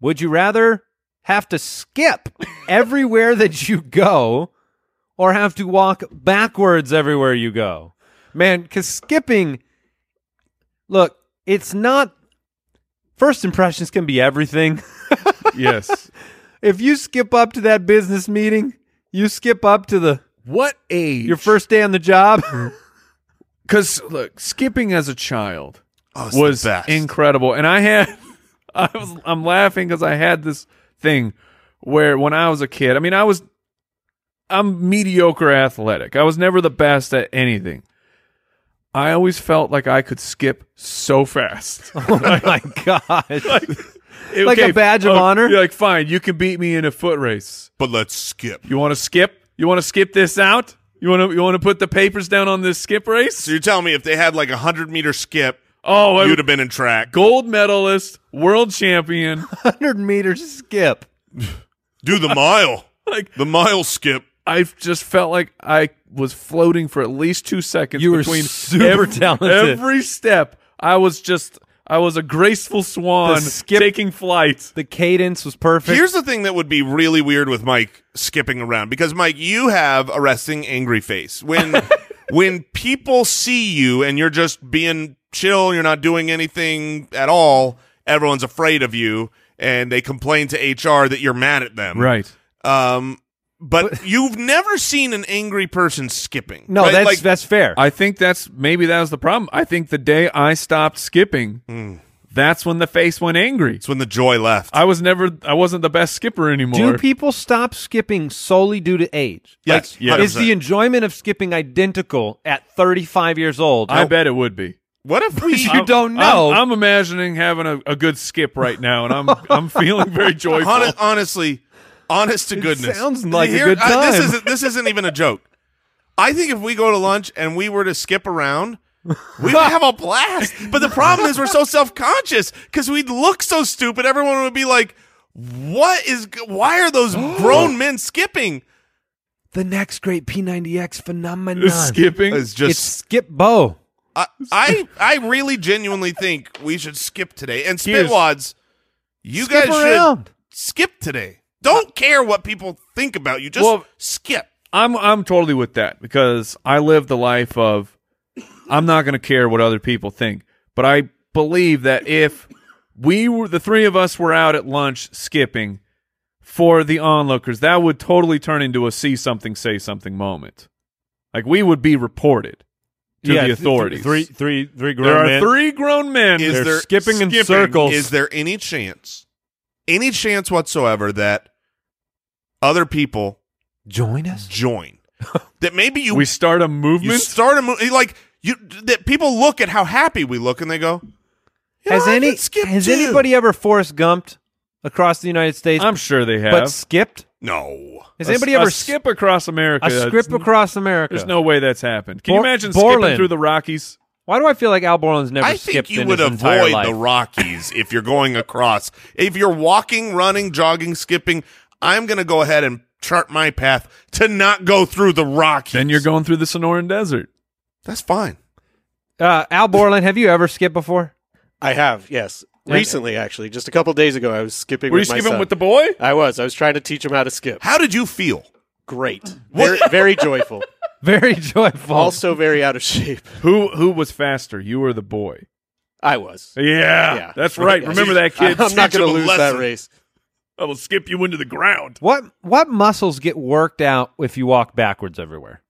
Speaker 3: Would you rather have to skip everywhere that you go or have to walk backwards everywhere you go? Man, cuz skipping Look, it's not first impressions can be everything.
Speaker 4: Yes.
Speaker 3: if you skip up to that business meeting, you skip up to the
Speaker 4: what age?
Speaker 3: your first day on the job. Oh
Speaker 4: Because, look, skipping as a child
Speaker 5: Oh, it's the
Speaker 4: was
Speaker 5: best.
Speaker 4: incredible. And I had, I was, I'm laughing because I had this thing where when I was a kid, I mean, I was, I'm mediocre athletic. I was never the best at anything. I always felt like I could skip so fast.
Speaker 3: oh my gosh. Like
Speaker 4: Okay,
Speaker 3: a badge of
Speaker 4: oh,
Speaker 3: honor?
Speaker 4: You're like, fine, you can beat me in a foot race.
Speaker 5: but let's skip.
Speaker 4: You want to skip? You want to skip this out? You want to you want to put the papers down on this skip race?
Speaker 5: So you're telling me if they had like a hundred meter skip,
Speaker 4: Oh, I-
Speaker 5: you'd have been in track.
Speaker 4: gold medalist, world champion.
Speaker 3: 100 meters skip.
Speaker 5: Do the mile,
Speaker 4: like
Speaker 5: the mile skip.
Speaker 4: I just felt like I was floating for at least two seconds.
Speaker 3: You were
Speaker 4: between
Speaker 3: super
Speaker 4: ev-
Speaker 3: talented.
Speaker 4: Every step, I was just I was a graceful swan
Speaker 3: The skip-
Speaker 4: taking flight.
Speaker 3: The cadence was perfect.
Speaker 5: Here's the thing that would be really weird with Mike skipping around because Mike, you have a resting angry face when when people see you and you're just being chill, you're not doing anything at all. Everyone's afraid of you, and they complain to HR that you're mad at them.
Speaker 4: Right.
Speaker 5: Um, but you've never seen an angry person skipping.
Speaker 3: no,
Speaker 5: right?
Speaker 3: that's
Speaker 5: like,
Speaker 3: that's fair.
Speaker 4: I think that's maybe that was the problem. I think the day I stopped skipping, that's when the face went angry.
Speaker 5: it's when the joy left.
Speaker 4: I was never I wasn't the best skipper anymore.
Speaker 3: Do people stop skipping solely due to age?
Speaker 5: Yes,
Speaker 3: like, is
Speaker 5: 100%.
Speaker 3: the enjoyment of skipping identical at 35 years old?
Speaker 4: I bet it would be.
Speaker 5: what if we?
Speaker 3: you don't know.
Speaker 4: I'm, I'm imagining having a, a good skip right now, and I'm I'm feeling very joyful.
Speaker 5: Hon- honestly, honest to goodness,
Speaker 3: sounds like a
Speaker 5: Here-
Speaker 3: good
Speaker 5: I-
Speaker 3: time.
Speaker 5: this isn't this isn't even a joke. I think if we go to lunch and we were to skip around, we would have a blast. But the problem is we're so self conscious because we'd look so stupid. Everyone would be like, "What is? g- Why are those grown men skipping?"
Speaker 3: the next great P90X phenomenon.
Speaker 4: Skipping.
Speaker 5: It's
Speaker 3: It's
Speaker 5: just
Speaker 3: skip bow.
Speaker 5: I, I I really genuinely think we should skip today. And
Speaker 4: Here's-
Speaker 5: Spitwads, you
Speaker 3: Skip
Speaker 5: guys
Speaker 3: around.
Speaker 5: should skip today. Don't care what people think about you. Just
Speaker 4: Well-
Speaker 5: skip.
Speaker 4: I'm I'm totally with that because I live the life of I'm not going to care what other people think, but I believe that if we were the three of us were out at lunch skipping for the onlookers, that would totally turn into a see something say something moment. Like we would be reported to
Speaker 1: Yeah,
Speaker 4: the
Speaker 1: th- th-
Speaker 4: authorities.
Speaker 1: Three, three, three grown
Speaker 4: there are
Speaker 1: men.
Speaker 4: three grown men.
Speaker 5: Is
Speaker 4: They're
Speaker 5: there
Speaker 1: skipping in
Speaker 4: skipping.
Speaker 1: circles.
Speaker 5: Is there any chance, any chance whatsoever that other people
Speaker 3: Join us.
Speaker 5: join? that maybe you
Speaker 4: we start a movement.
Speaker 5: you start a movie like you that people look at how happy we look and they go. "You know,
Speaker 3: has
Speaker 5: I
Speaker 3: any
Speaker 5: could skip
Speaker 3: has
Speaker 5: too."
Speaker 3: anybody ever Forrest Gumped across the United States
Speaker 4: I'm sure they have.
Speaker 3: but skipped?
Speaker 5: No.
Speaker 3: Has
Speaker 4: A-
Speaker 3: anybody
Speaker 4: a
Speaker 3: ever
Speaker 4: skip across America?
Speaker 3: a script across America?
Speaker 4: There's no way that's happened. Can
Speaker 3: Bor-
Speaker 4: you imagine
Speaker 3: Borland.
Speaker 4: skipping through the Rockies?
Speaker 3: Why do I feel like Al Borland's never
Speaker 5: I
Speaker 3: skipped
Speaker 5: think you
Speaker 3: in
Speaker 5: would
Speaker 3: his entire
Speaker 5: avoid
Speaker 3: life?
Speaker 5: the Rockies if you're going across. If you're walking, running, jogging, skipping, I'm going to go ahead and chart my path to not go through the Rockies.
Speaker 4: Then you're going through the Sonoran Desert.
Speaker 5: That's fine.
Speaker 3: uh, Al Borland, have you ever skipped before?
Speaker 6: I have, yes. Recently, actually, just a couple days ago, I was skipping.
Speaker 4: Were you
Speaker 6: with my
Speaker 4: skipping
Speaker 6: son.
Speaker 4: with the boy?
Speaker 6: I was. I was trying to teach him how to skip.
Speaker 5: How did you feel?
Speaker 6: Great. Very, very joyful.
Speaker 3: Very joyful.
Speaker 6: Also, very out of shape.
Speaker 4: Who who was faster? You or the boy?
Speaker 6: I was.
Speaker 4: Yeah,
Speaker 6: Yeah.
Speaker 4: that's right. Remember that
Speaker 6: I,
Speaker 4: kid?
Speaker 6: am not
Speaker 5: teach him
Speaker 6: going
Speaker 5: a
Speaker 6: to lose
Speaker 5: lesson.
Speaker 6: that race.
Speaker 4: I will skip you into the ground.
Speaker 3: what what muscles get worked out if you walk backwards everywhere?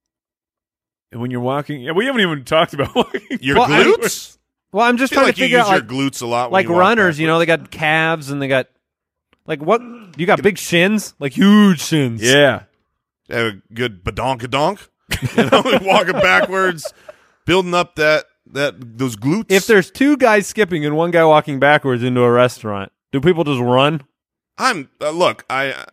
Speaker 4: And when you're walking, yeah, we haven't even talked about walking.
Speaker 5: Your
Speaker 3: Well, I-
Speaker 5: glutes?
Speaker 3: Well, I'm just
Speaker 5: I feel
Speaker 3: trying
Speaker 5: like
Speaker 3: to
Speaker 5: you use
Speaker 3: figure
Speaker 5: your
Speaker 3: out like,
Speaker 5: glutes a lot. when
Speaker 3: like
Speaker 5: you walk
Speaker 3: runners,
Speaker 5: back.
Speaker 3: you know, they got calves and they got like what you got big shins, like huge shins.
Speaker 4: yeah,
Speaker 5: Have a good badonkadonk. You know, walking backwards, building up that that those glutes.
Speaker 3: If there's two guys skipping and one guy walking backwards into a restaurant, do people just run?
Speaker 5: I'm uh, look, I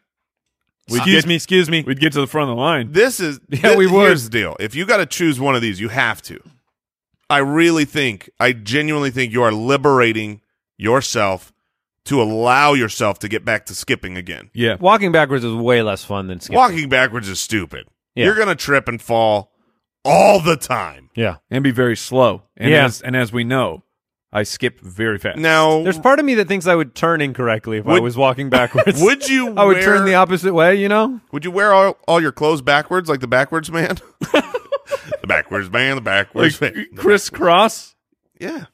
Speaker 3: Excuse me, excuse me.
Speaker 4: we'd get to the front of the line.
Speaker 5: This is
Speaker 3: Yeah,
Speaker 5: thi-
Speaker 3: we would.
Speaker 5: Here's the deal: if you got to choose one of these, you have to. I really think, I genuinely think you are liberating yourself to allow yourself to get back to skipping again.
Speaker 4: Yeah,
Speaker 3: Walking backwards is way less fun than skipping.
Speaker 5: Walking backwards is stupid.
Speaker 3: Yeah.
Speaker 5: You're gonna trip and fall all the time.
Speaker 3: yeah.
Speaker 4: and be very slow. And
Speaker 3: Yeah.
Speaker 4: as, and as we know, I skip very fast.
Speaker 5: Now,
Speaker 3: There's part of me that thinks I would turn incorrectly if I
Speaker 5: Would-
Speaker 3: was walking backwards.
Speaker 5: would you?
Speaker 3: I would
Speaker 5: wear,
Speaker 3: turn the opposite way, you know?
Speaker 5: Would you wear all, all your clothes backwards, like the backwards man? the backwards man, the backwards
Speaker 4: like
Speaker 5: man.
Speaker 4: crisscross.
Speaker 5: Yeah.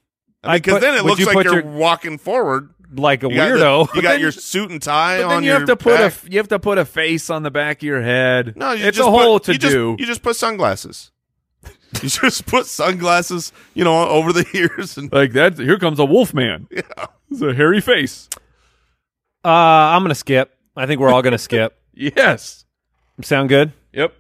Speaker 3: I'd
Speaker 5: Because
Speaker 3: put-
Speaker 5: then it
Speaker 3: would
Speaker 5: looks
Speaker 3: you
Speaker 5: like
Speaker 3: put
Speaker 5: you're
Speaker 3: your-
Speaker 5: walking forward.
Speaker 3: Like a
Speaker 5: You got the-
Speaker 3: weirdo.
Speaker 5: you
Speaker 3: But
Speaker 5: got
Speaker 3: then-
Speaker 5: your suit and tie
Speaker 4: But
Speaker 5: on.
Speaker 4: then you have
Speaker 5: your
Speaker 4: to put
Speaker 5: back.
Speaker 4: a you have to put a face on the back of your head.
Speaker 5: No, you
Speaker 4: it's
Speaker 5: just
Speaker 4: a whole
Speaker 5: put,
Speaker 4: to
Speaker 5: you just-
Speaker 4: do.
Speaker 5: you just put sunglasses. you just put sunglasses, you know, over the ears, and
Speaker 4: like that. Here comes a wolf man. Yeah, it's a hairy face.
Speaker 3: Uh, I'm going to skip. I think we're all going to skip.
Speaker 4: Yes.
Speaker 3: Sound good?
Speaker 4: Yep.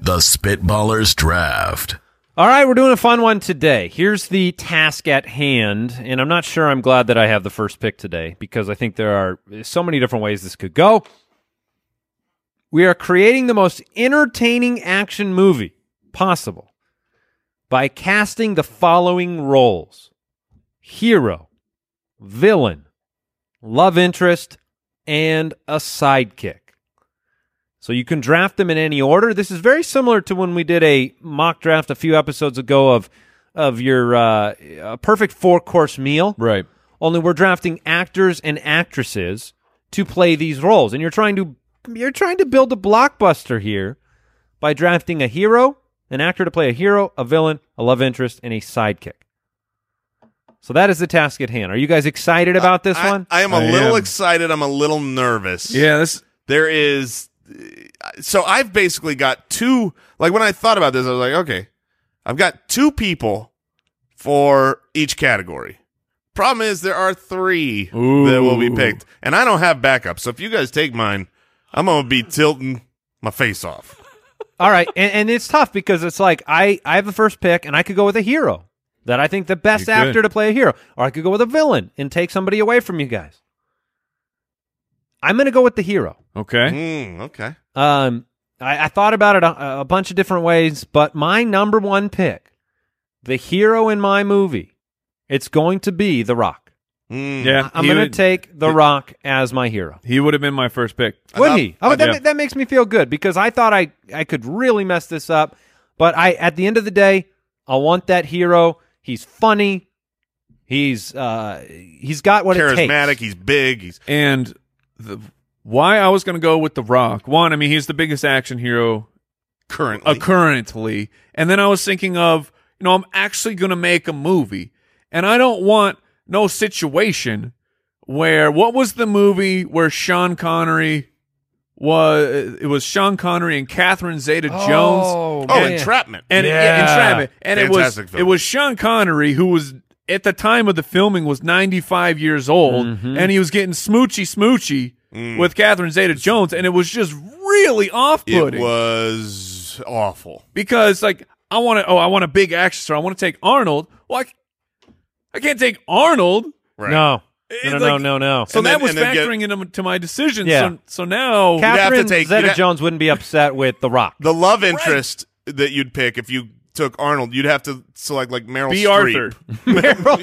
Speaker 2: The Spitballers Draft.
Speaker 3: All right, we're doing a fun one today. Here's the task at hand, and I'm not sure I'm glad that I have the first pick today because I think there are so many different ways this could go. We are creating the most entertaining action movie possible by casting the following roles hero, villain, love interest, and a sidekick. So you can draft them in any order. This is very similar to when we did a mock draft a few episodes ago of of your uh, a perfect four course meal.
Speaker 4: Right.
Speaker 3: Only we're drafting actors and actresses to play these roles, and you're trying to you're trying to build a blockbuster here by drafting a hero, an actor to play a hero, a villain, a love interest, and a sidekick. So that is the task at hand. Are you guys excited about this
Speaker 5: I,
Speaker 3: one?
Speaker 5: I am a
Speaker 4: I
Speaker 5: little
Speaker 4: am.
Speaker 5: excited. I'm a little nervous.
Speaker 4: Yeah. This.
Speaker 5: there is. So I've basically got two. Like when I thought about this, I was like, okay, I've got two people for each category. Problem is, there are three that will be
Speaker 4: Ooh.
Speaker 5: picked, and I don't have backup. So if you guys take mine, I'm gonna be tilting my face off.
Speaker 3: All right, and, and it's tough because it's like I I have the first pick, and I could go with a hero that I think the best
Speaker 4: could.
Speaker 3: actor to play a hero, or I could go with a villain and take somebody away from you guys. I'm going to go with the hero.
Speaker 4: Okay.
Speaker 5: Mm, okay.
Speaker 3: Um, I, I thought about it a, a bunch of different ways, but my number one pick, the hero in my movie, it's going to be The Rock.
Speaker 5: Mm.
Speaker 4: Yeah.
Speaker 3: I'm
Speaker 4: he
Speaker 3: going to
Speaker 4: would-
Speaker 3: take The Rock as my hero.
Speaker 4: He would have been my first pick.
Speaker 3: Would
Speaker 5: thought-
Speaker 3: he? Oh, that,
Speaker 4: yeah.
Speaker 3: ma- that makes me feel good because I thought I, I could really mess this up, but I at the end of the day, I want that hero. He's funny. He's uh he's got what it takes.
Speaker 5: Charismatic. He's big. He's
Speaker 4: And the, why I was going to go with The Rock. One, I mean, he's the biggest action hero
Speaker 5: currently.
Speaker 4: uh, currently. And then I was thinking of, you know, I'm actually going to make a movie. And I don't want no situation where what was the movie where Sean Connery was it was Sean Connery and Catherine Zeta-Jones
Speaker 5: oh,
Speaker 4: man.
Speaker 5: entrapment.
Speaker 4: and yeah,
Speaker 3: Yeah.
Speaker 4: Entrapment. And it
Speaker 5: Fantastic
Speaker 4: was
Speaker 5: film.
Speaker 4: it was Sean Connery who was at the time of the filming was 95 years old
Speaker 3: Mhm.
Speaker 4: and he was getting smoochy smoochy
Speaker 5: Mm-hmm. Mm.
Speaker 4: with Catherine Zeta-Jones and it was just really
Speaker 5: it
Speaker 4: off-putting
Speaker 5: was awful.
Speaker 4: because like I want to oh I want a big action star I want to take Arnold well I, c- I can't take Arnold
Speaker 5: Right.
Speaker 3: No.
Speaker 4: It-
Speaker 3: No, no,
Speaker 4: like-
Speaker 3: no, no, no.
Speaker 4: So
Speaker 5: And
Speaker 4: that
Speaker 5: then-
Speaker 4: was
Speaker 5: and then get-
Speaker 4: factoring into into my decision.
Speaker 3: Yeah.
Speaker 4: So, so now
Speaker 5: have to
Speaker 3: Catherine
Speaker 5: take- you'd ha-
Speaker 3: Zeta-Jones wouldn't be upset with The Rock.
Speaker 5: The love interest that you'd pick if you took Arnold, you'd have to select like Meryl
Speaker 4: B. Arthur.
Speaker 5: Streep.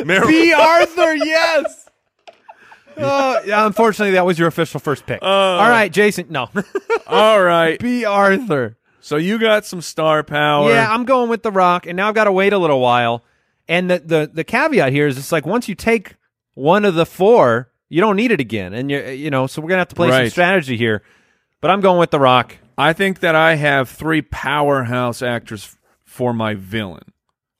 Speaker 5: Meryl.
Speaker 3: B. Arthur, yes. Uh, yeah, unfortunately, that was your official first pick. All right, Jason. No,
Speaker 4: All right.
Speaker 3: B. Arthur.
Speaker 4: So you got some star power.
Speaker 3: Yeah, I'm going with The Rock, and now I've got to wait a little while. And the, the the caveat here is it's like once you take one of the four, you don't need it again, and you you know. So we're gonna have to play some
Speaker 4: Right.
Speaker 3: strategy here. But I'm going with The Rock.
Speaker 4: I think that I have three powerhouse actors f- for my villain.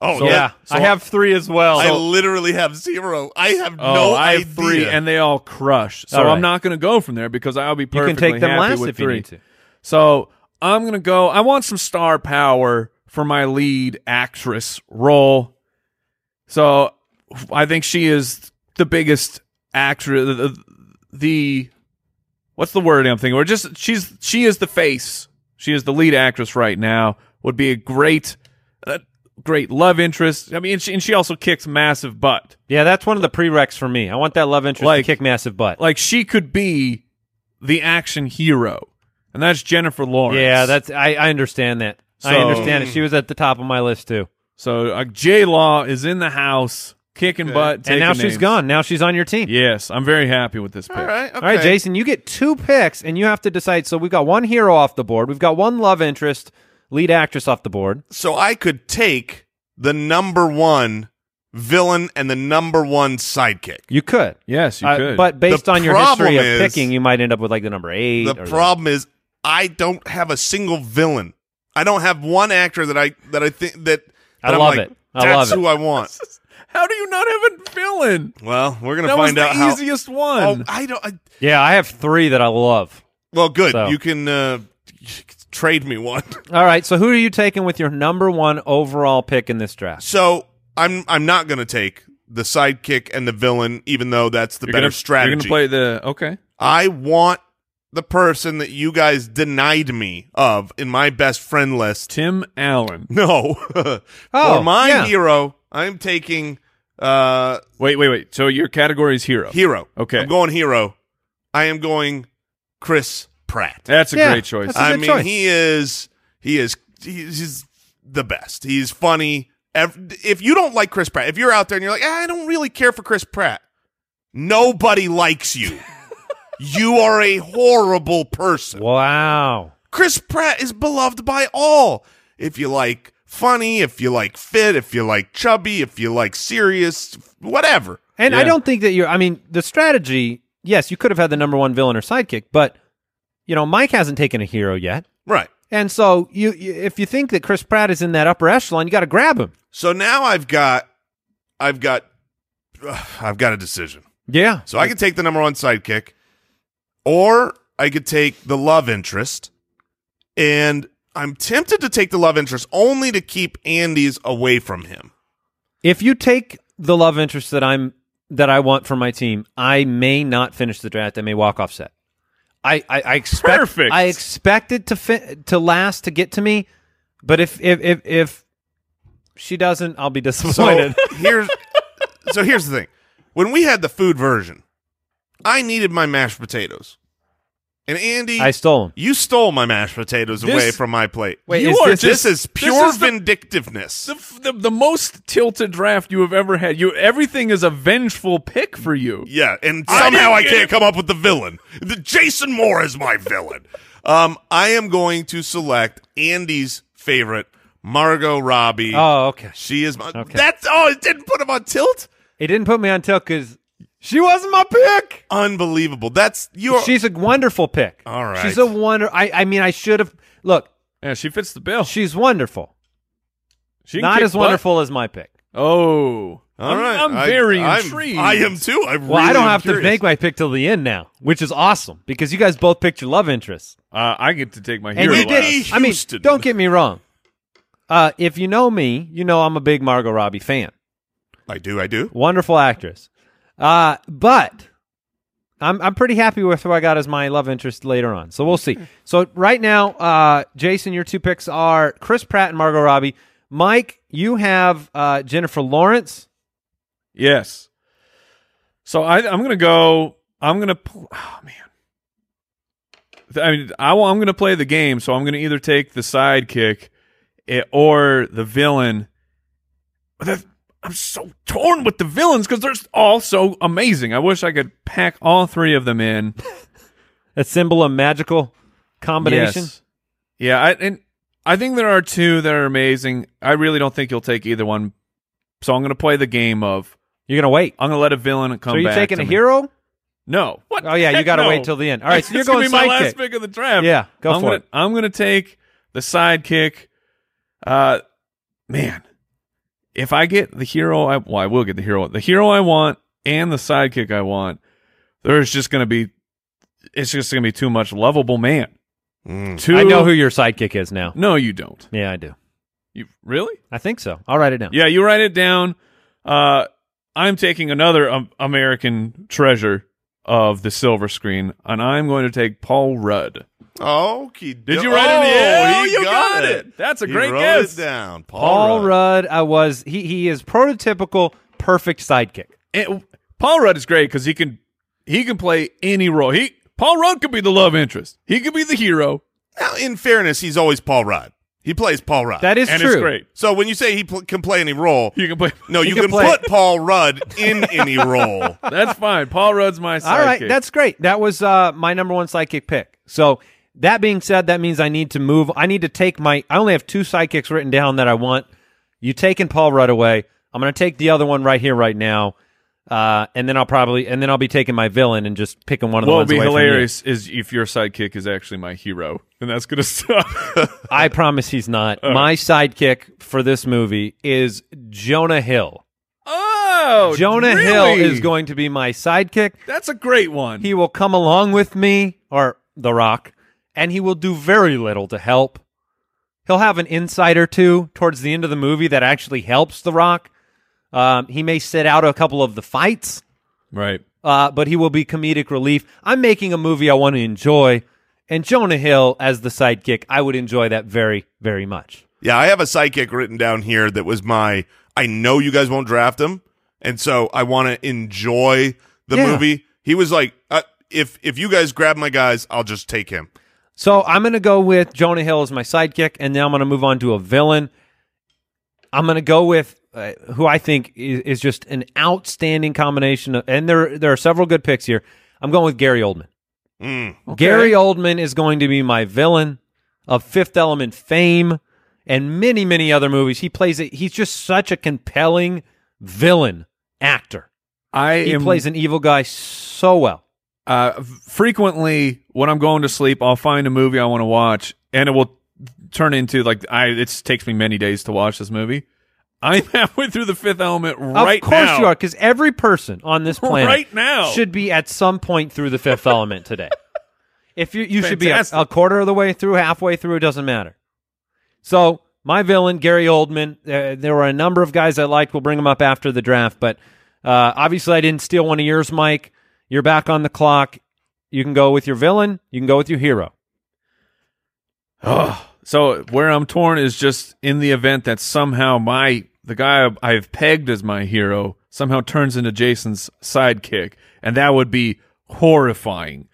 Speaker 5: Oh
Speaker 3: So-
Speaker 5: yeah.
Speaker 3: I have three as well.
Speaker 5: I literally have zero. I have
Speaker 4: Oh,
Speaker 5: no
Speaker 4: I have
Speaker 5: idea.
Speaker 4: three, and they all crush. So
Speaker 3: All right.
Speaker 4: I'm not going to go from there because I'll be
Speaker 3: you
Speaker 4: perfectly
Speaker 3: can take them
Speaker 4: happy
Speaker 3: last
Speaker 4: with
Speaker 3: if
Speaker 4: three.
Speaker 3: you need to.
Speaker 4: So I'm going to go. I want some star power for my lead actress role. So I think she is the biggest actress. The, the, the- what's the word I'm thinking? Or just she's she is the face. She is the lead actress right now. Would be a great, uh, great love interest. I mean, and she, and she also kicks massive butt.
Speaker 3: Yeah, that's one of the prereqs for me. I want that love interest
Speaker 4: Like-
Speaker 3: to kick massive butt.
Speaker 4: Like she could be the action hero, and that's Jennifer Lawrence.
Speaker 3: yeah, that's I, I understand that. I
Speaker 4: So-
Speaker 3: understand it. She was at the top of my list too.
Speaker 4: So uh, J Law is in the house, kicking butt,
Speaker 3: and
Speaker 4: taking
Speaker 3: now she's
Speaker 4: Uh, names.
Speaker 3: gone. Now she's on your team.
Speaker 4: Yes, I'm very happy with this pick.
Speaker 5: All right. Okay.
Speaker 3: All right, Jason, you get two picks, and you have to decide. So we've got one hero off the board. We've got one love interest, lead actress off the board.
Speaker 5: So I could take the number one villain and the number one sidekick.
Speaker 3: You could.
Speaker 4: Yes, you
Speaker 3: Uh,
Speaker 4: could.
Speaker 3: But based
Speaker 5: The
Speaker 3: on your history
Speaker 5: problem
Speaker 3: of
Speaker 5: is-
Speaker 3: picking, you might end up with like the number eight.
Speaker 5: The
Speaker 3: or
Speaker 5: problem is I don't have a single villain. I don't have one actor that I that I think that,
Speaker 3: I
Speaker 5: that I'm
Speaker 3: love
Speaker 5: like,
Speaker 3: it. I
Speaker 5: That's
Speaker 3: love it."
Speaker 5: who I want.
Speaker 4: how do you not have a villain?
Speaker 5: Well, we're gonna
Speaker 4: That was
Speaker 5: find
Speaker 4: the
Speaker 5: out how.
Speaker 4: easiest
Speaker 5: Oh,
Speaker 4: one.
Speaker 5: I don't. I,
Speaker 3: yeah, I have three that I love.
Speaker 5: well, good.
Speaker 3: So-
Speaker 5: You can uh, trade me one.
Speaker 3: All right, so who are you taking with your number one overall pick in this draft?
Speaker 5: So I'm I'm not gonna take the sidekick and the villain, even though that's the
Speaker 4: you're
Speaker 5: better
Speaker 4: gonna,
Speaker 5: strategy.
Speaker 4: You're gonna play the okay.
Speaker 5: I want the person that you guys denied me of in my best friend list.
Speaker 4: Tim Allen.
Speaker 5: No,
Speaker 3: Oh,
Speaker 5: for my
Speaker 3: yeah.
Speaker 5: hero, I'm taking uh
Speaker 4: Wait, wait, wait. So your category is hero.
Speaker 5: hero.
Speaker 4: Okay.
Speaker 5: I'm going hero. I am going Chris Pratt.
Speaker 4: That's a
Speaker 3: Yeah,
Speaker 4: great choice.
Speaker 3: that's a
Speaker 5: I
Speaker 3: good
Speaker 5: mean,
Speaker 3: choice.
Speaker 5: he is he is he's, he's the best. He's funny. Ev- If you don't like Chris Pratt, if you're out there and you're like, "Ah, I don't really care for Chris Pratt, nobody likes you. you are a horrible person.
Speaker 3: Wow.
Speaker 5: Chris Pratt is beloved by all. If you like funny, if you like fit, if you like chubby, if you like serious, whatever.
Speaker 3: And I
Speaker 4: Yeah.
Speaker 3: don't think that you're. I mean, the strategy. Yes, you could have had the number one villain or sidekick, but you know, Mike hasn't taken a hero yet,
Speaker 5: Right.
Speaker 3: and so you, you if you think that Chris Pratt is in that upper echelon, you got to grab him.
Speaker 5: So now I've got I've got ugh, I've got a decision.
Speaker 3: Yeah.
Speaker 5: So I could take the number one sidekick, or I could take the love interest. And I'm tempted to take the love interest only to keep Andy's away from him.
Speaker 3: If you take the love interest that I'm that I want for my team, I may not finish the draft. I may walk off set. I I, I expect
Speaker 4: Perfect.
Speaker 3: I expect it to fi- to last to get to me, but if if if, if she doesn't, I'll be
Speaker 5: So
Speaker 3: disappointed.
Speaker 5: here's so here's the thing. When we had the food version, I needed my mashed potatoes. And Andy,
Speaker 3: I stole him.
Speaker 5: you stole my mashed potatoes
Speaker 4: This-
Speaker 5: away from my plate.
Speaker 3: Wait,
Speaker 4: You
Speaker 3: is
Speaker 4: are
Speaker 3: this-
Speaker 5: this, is pure
Speaker 4: is the-
Speaker 5: vindictiveness.
Speaker 4: The, the, the most tilted draft you have ever had. You everything is a vengeful pick for you.
Speaker 5: Yeah, and
Speaker 4: I didn't
Speaker 5: somehow I,
Speaker 4: get
Speaker 5: can't
Speaker 4: it.
Speaker 5: come up with the villain. The Jason Moore is my villain. Um, I am going to select Andy's favorite, Margot Robbie.
Speaker 3: Oh, okay.
Speaker 5: she is my. That's oh, it didn't put him on tilt.
Speaker 3: It didn't put me on tilt because she wasn't my pick.
Speaker 5: Unbelievable. That's you're.
Speaker 3: She's a wonderful pick.
Speaker 5: All right.
Speaker 3: She's a wonder. I I mean, I should have look.
Speaker 4: Yeah, she fits the
Speaker 5: Oh.
Speaker 4: bill. She,
Speaker 3: She's wonderful.
Speaker 4: can
Speaker 3: Not
Speaker 4: kick
Speaker 3: as
Speaker 4: butt.
Speaker 3: wonderful as my pick.
Speaker 4: Oh,
Speaker 5: All
Speaker 4: I'm,
Speaker 5: right,
Speaker 4: I'm
Speaker 5: I-
Speaker 4: very
Speaker 5: I'm-
Speaker 4: intrigued.
Speaker 5: I am too. I
Speaker 3: Well,
Speaker 5: really
Speaker 3: I don't
Speaker 5: am
Speaker 3: have to
Speaker 5: curious.
Speaker 3: make my pick till the end now, which is awesome because you guys both picked your love interests.
Speaker 4: Uh, I get to take my
Speaker 3: And
Speaker 4: hero.
Speaker 3: you
Speaker 5: Whitney
Speaker 3: did. I mean,
Speaker 5: Houston.
Speaker 3: don't get me wrong. Uh, if you know me, you know I'm a big Margot Robbie fan.
Speaker 5: I do. I do.
Speaker 3: Wonderful actress. Uh, but I'm I'm pretty happy with who I got as my love interest later on. So we'll see. So right now, uh, Jason, your two picks are Chris Pratt and Margot Robbie. Mike, you have uh, Jennifer Lawrence.
Speaker 4: Yes. So I, I'm gonna go. I'm gonna. Pl- oh man. Th- I mean, I, wa- I'm gonna play the game. So I'm gonna either take the sidekick, eh, or the villain. But that- I'm so torn with the villains because they're all so amazing. I wish I could pack all three of them in.
Speaker 3: A symbol of magical combination.
Speaker 4: Yes. Yeah, I, and I think there are two that are amazing. I really don't think you'll take either one. So I'm going to play the game of
Speaker 3: You're gonna wait.
Speaker 4: I'm going to let a villain come
Speaker 3: so you're
Speaker 4: back
Speaker 3: taking
Speaker 4: to
Speaker 3: a
Speaker 4: me.
Speaker 3: hero?
Speaker 4: No. What?
Speaker 3: Oh yeah, you
Speaker 4: Heck
Speaker 3: gotta
Speaker 4: no.
Speaker 3: wait till the end. All right, so you're
Speaker 4: It's gonna
Speaker 3: going
Speaker 4: be my last
Speaker 3: sidekick.
Speaker 4: pick of the draft.
Speaker 3: Yeah, go
Speaker 4: I'm
Speaker 3: for
Speaker 4: gonna,
Speaker 3: it.
Speaker 4: I'm going to take the sidekick. Uh, man, if I get the hero, I well, I will get the hero. The hero I want and the sidekick I want. There's just going to be, it's just going to be too much lovable man. Too,
Speaker 3: I know who your sidekick is now.
Speaker 4: No, you don't.
Speaker 3: Yeah, I do.
Speaker 4: You really?
Speaker 3: I think so. I'll write it down.
Speaker 4: Yeah, you write it down. Uh, I'm taking another um, American treasure of the silver screen, and I'm going to take Paul Rudd.
Speaker 5: Okie
Speaker 4: Did
Speaker 5: do-
Speaker 4: you write
Speaker 5: oh,
Speaker 4: it? Yeah,
Speaker 5: he
Speaker 4: you got it. That's a
Speaker 5: He
Speaker 4: great
Speaker 5: wrote
Speaker 4: guess.
Speaker 5: It down. Paul,
Speaker 3: Paul
Speaker 5: Rudd.
Speaker 3: Rudd, I was he he is prototypical perfect sidekick.
Speaker 4: And Paul Rudd is great because he can he can play any role. He Paul Rudd could be the love interest. He could be the hero.
Speaker 5: Now, in fairness, he's always Paul Rudd. He plays Paul Rudd.
Speaker 3: That is
Speaker 4: and
Speaker 3: true.
Speaker 4: it's great.
Speaker 5: so when you say he pl- can play any role,
Speaker 4: You can play.
Speaker 5: no, you
Speaker 3: can
Speaker 5: can,
Speaker 3: play-
Speaker 5: put Paul Rudd in any role.
Speaker 4: That's fine. Paul Rudd's my sidekick.
Speaker 3: All right, that's great. That was uh, my number one sidekick pick. So that being said, that means I need to move. I need to take my. I only have two sidekicks written down that I want. You taking Paul Rudd away. I'm going to take the other one right here, right now, uh, and then I'll probably and then I'll be taking my villain and just picking one of the
Speaker 4: what would
Speaker 3: ones away
Speaker 4: be
Speaker 3: from you.
Speaker 4: hilarious is if your sidekick is actually my hero, and that's gonna suck.
Speaker 3: I promise he's not.
Speaker 4: Oh.
Speaker 3: my sidekick for this movie is Jonah Hill.
Speaker 4: oh,
Speaker 3: Jonah
Speaker 4: really?
Speaker 3: Hill is going to be my sidekick.
Speaker 4: That's a great one.
Speaker 3: He will come along with me, or The Rock, and he will do very little to help. He'll have an insight or two towards the end of the movie that actually helps The Rock. Um, he may sit out a couple of the fights,
Speaker 4: right.
Speaker 3: uh, but he will be comedic relief. I'm making a movie I want to enjoy, and Jonah Hill as the sidekick, I would enjoy that very, very much.
Speaker 5: yeah, I have a sidekick written down here that was my. I know you guys won't draft him, and so I want to enjoy the
Speaker 3: Yeah.
Speaker 5: movie. He was like, uh, if if you guys grab my guys, I'll just take him.
Speaker 3: So I'm going to go with Jonah Hill as my sidekick, and now I'm going to move on to a villain. I'm going to go with uh, who I think is, is just an outstanding combination, of, and there there are several good picks here. I'm going with Gary Oldman.
Speaker 5: Mm.
Speaker 3: Gary Oldman is going to be my villain of Fifth Element fame and many many other movies. He plays it. He's just such a compelling villain actor.
Speaker 4: I
Speaker 3: He
Speaker 4: am
Speaker 3: plays an evil guy so well.
Speaker 4: uh, frequently when I'm going to sleep, I'll find a movie I want to watch, and it will turn into like I. It takes me many days to watch this movie. I'm halfway through the Fifth Element right
Speaker 3: of course
Speaker 4: now.
Speaker 3: you are, because every person on this planet
Speaker 4: Right now.
Speaker 3: should be at some point through the fifth element today. If you you should be a,
Speaker 4: Fantastic.
Speaker 3: a quarter of the way through, halfway through, it doesn't matter. So my villain, Gary Oldman. Uh, there were a number of guys I liked. We'll bring them up after the draft, but uh, obviously I didn't steal one of yours, Mike. You're back on the clock. You can go with your villain. You can go with your hero.
Speaker 4: Ugh. So where I'm torn is just in the event that somehow my the guy I've pegged as my hero somehow turns into Jason's sidekick, and that would be horrifying.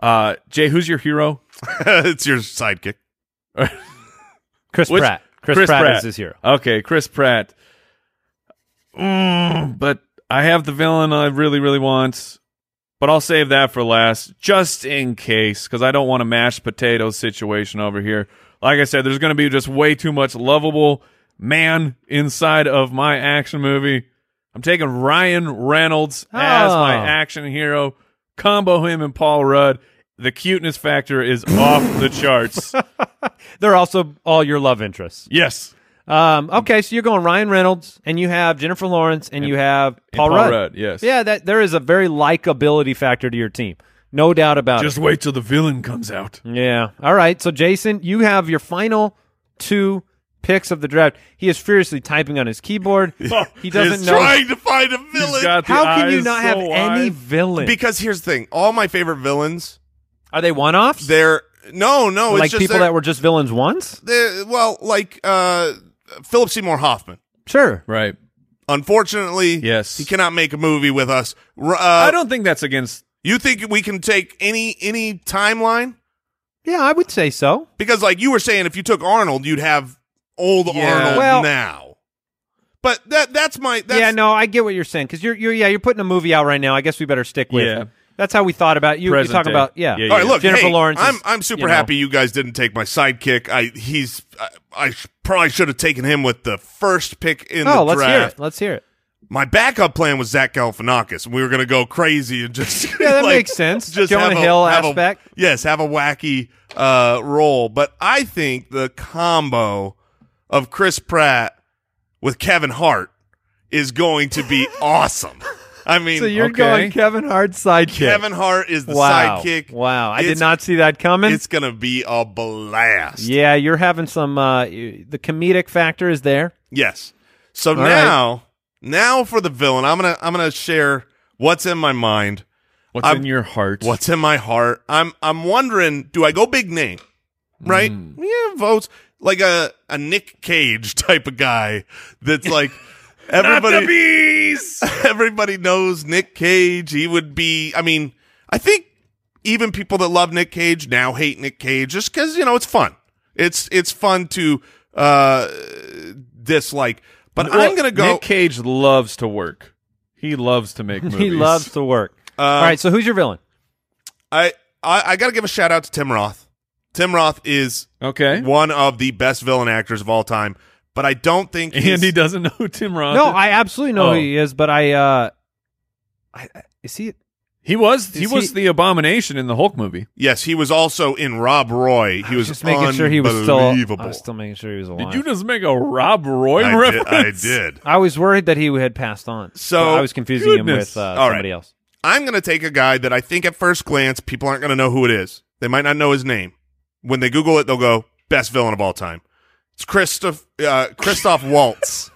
Speaker 4: Uh, Jay, who's your hero?
Speaker 5: it's your sidekick.
Speaker 3: Chris
Speaker 4: Which-
Speaker 3: Pratt. Chris, Pratt, is his hero.
Speaker 4: Okay, Chris Pratt. Mm, but I have the villain I really, really want. But I'll save that for last, just in case, because I don't want a mashed potatoes situation over here. Like I said, there's going to be just way too much lovable man inside of my action movie. I'm taking Ryan Reynolds as
Speaker 3: Oh.
Speaker 4: my action hero. Combo him and Paul Rudd. The cuteness factor is off the charts.
Speaker 3: They're also all your love interests.
Speaker 4: Yes.
Speaker 3: Um, okay, so you're going Ryan Reynolds, and you have Jennifer Lawrence, and, you have Paul,
Speaker 4: Paul
Speaker 3: Rudd.
Speaker 4: Rudd, yes.
Speaker 3: Yeah, that there is a very likability factor to your team, no doubt about
Speaker 4: Just wait till the villain comes out.
Speaker 5: Mm.
Speaker 3: it. Yeah. All right, so Jason, you have your final two picks of the draft. He is furiously typing on his keyboard. he doesn't
Speaker 5: He's
Speaker 3: know.
Speaker 5: trying to find a
Speaker 4: He's
Speaker 5: villain.
Speaker 4: got the
Speaker 3: How can you
Speaker 4: eyes
Speaker 3: not
Speaker 4: so
Speaker 3: have any
Speaker 4: wide.
Speaker 3: villain?
Speaker 5: because here's the thing: all my favorite villains,
Speaker 3: Are they one-offs?
Speaker 5: they're no, no, it's
Speaker 3: like
Speaker 5: just
Speaker 3: people
Speaker 5: they're-
Speaker 3: that were just villains once?
Speaker 5: they're- well, like uh, Philip Seymour Hoffman.
Speaker 3: Sure.
Speaker 4: Right.
Speaker 5: Unfortunately,
Speaker 4: Yes.
Speaker 5: he cannot make a movie with us. R- Uh,
Speaker 4: I don't think that's against.
Speaker 5: you think we can take any any timeline?
Speaker 3: Yeah, I would say so.
Speaker 5: Because like you were saying, if you took Arnold, you'd have old
Speaker 4: Yeah.
Speaker 5: Arnold
Speaker 3: Well-
Speaker 5: now. But that that's my that's,
Speaker 3: yeah, no, I get what you're saying because you're, you're, yeah, you're putting a movie out right now. I guess we better stick with.
Speaker 4: Yeah.
Speaker 3: That's how we thought about you. You're
Speaker 4: Present
Speaker 3: talking
Speaker 4: day.
Speaker 3: about yeah.
Speaker 4: Yeah,
Speaker 5: All right, look,
Speaker 3: Jennifer
Speaker 5: hey,
Speaker 3: Lawrence. is,
Speaker 5: I'm I'm super
Speaker 3: you know-
Speaker 5: happy you guys didn't take my sidekick. I he's I, I sh- probably should have taken him with the first pick in
Speaker 3: Oh,
Speaker 5: the
Speaker 3: let's hear
Speaker 5: draft.
Speaker 3: it. Let's hear it.
Speaker 5: My backup plan was Zach Galifianakis, and we were going to go crazy and just
Speaker 3: Yeah, that
Speaker 5: like,
Speaker 3: makes sense.
Speaker 5: Just
Speaker 3: Jonah
Speaker 5: have a-
Speaker 3: Hill
Speaker 5: have a-
Speaker 3: aspect.
Speaker 5: yes, have a wacky uh, role. But I think the combo of Chris Pratt with Kevin Hart is going to be awesome. I mean,
Speaker 3: so you're
Speaker 4: okay.
Speaker 3: going Kevin Hart sidekick.
Speaker 5: Kevin Hart is the
Speaker 3: wow.
Speaker 5: sidekick.
Speaker 3: Wow, I did
Speaker 5: It's-
Speaker 3: not see that coming.
Speaker 5: It's going to be a blast.
Speaker 3: Yeah, you're having some. Uh, y- the comedic factor is there.
Speaker 5: Yes. So
Speaker 3: right.
Speaker 5: now, now for the villain, I'm gonna I'm gonna share what's in my mind,
Speaker 4: What's
Speaker 5: I'm-
Speaker 4: in your heart?
Speaker 5: what's in my heart. I'm I'm wondering, do I go big name? Right?
Speaker 4: Mm.
Speaker 5: Yeah, votes like a a Nick Cage type of guy that's like everybody everybody knows Nick Cage. He would be. I mean, I think even people that love Nick Cage now hate Nick Cage just because you know it's fun. It's it's fun to uh dislike. But I'm gonna go.
Speaker 4: Nick Cage loves to work. He loves to make movies.
Speaker 3: He loves to work.
Speaker 5: Uh,
Speaker 3: All right, so who's your villain?
Speaker 5: I, I I gotta give a shout out to Tim Roth. Tim Roth is
Speaker 4: Okay.
Speaker 5: one of the best villain actors of all time. But I don't think he's-
Speaker 4: And he doesn't know who Tim
Speaker 5: uh,
Speaker 4: Roth.
Speaker 3: No,
Speaker 4: is.
Speaker 3: I absolutely know
Speaker 4: Oh.
Speaker 3: who he is, but I, uh, I I- is he?
Speaker 4: he was he
Speaker 3: Is
Speaker 4: was
Speaker 3: he-
Speaker 4: the abomination in the Hulk movie.
Speaker 5: Yes, he was also in Rob Roy. He was
Speaker 3: just making sure he was still. I
Speaker 5: unbelievable.
Speaker 3: was still making sure he was alive.
Speaker 4: Did you just make a Rob Roy
Speaker 5: I did.
Speaker 4: reference?
Speaker 5: I did.
Speaker 3: I was worried that he had passed on.
Speaker 5: So-
Speaker 3: But I was confusing him
Speaker 4: Goodness.
Speaker 3: with uh,
Speaker 5: All right.
Speaker 3: somebody else.
Speaker 5: I'm going to take a guy that I think at first glance people aren't going to know who it is. They might not know his name. When they Google it, they'll go best villain of all time. It's Christoph uh, Christoph Waltz.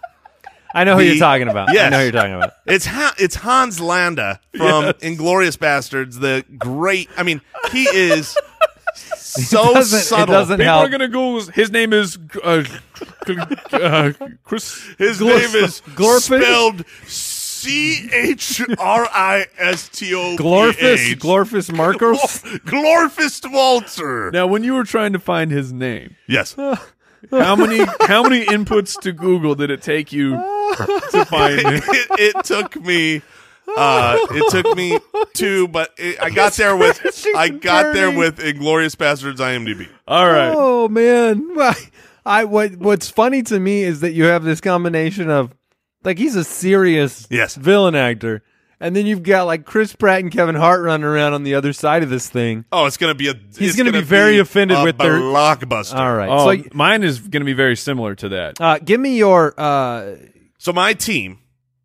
Speaker 3: I know who
Speaker 5: The-
Speaker 3: you're talking about. I
Speaker 5: Yes.
Speaker 3: know who you're talking about.
Speaker 5: It's ha- it's Hans Landa from Inglorious Bastards. The great. I mean, he is so
Speaker 3: doesn't- it
Speaker 5: subtle.
Speaker 3: doesn't-
Speaker 4: People
Speaker 3: Now-
Speaker 4: are gonna go. His name is uh, uh, Chris.
Speaker 5: His
Speaker 3: Glorf-
Speaker 5: name is
Speaker 3: Glorfin?
Speaker 5: spelled C H R I S T O P H.
Speaker 3: Glorfus, Glorfus Markers.
Speaker 5: Glorfist Walter.
Speaker 4: Now, when you were trying to find his name,
Speaker 5: Yes.
Speaker 4: how many how many inputs to Google did it take you to find him?
Speaker 5: it, it took me uh it took me two but it, i got there with i got there with inglorious bastards imdb
Speaker 4: All right,
Speaker 3: Oh man, Well, I what what's funny to me is that you have this combination of like he's a serious
Speaker 5: Yes.
Speaker 3: villain actor, and then you've got like Chris Pratt and Kevin Hart running around on the other side of this thing.
Speaker 5: oh it's gonna be a
Speaker 3: He's
Speaker 5: it's
Speaker 3: gonna be very offended
Speaker 5: a
Speaker 3: with their-
Speaker 5: blockbuster
Speaker 3: All right,
Speaker 4: oh,
Speaker 3: so
Speaker 4: mine is gonna be very similar to that.
Speaker 3: uh, give me your uh,
Speaker 5: so my team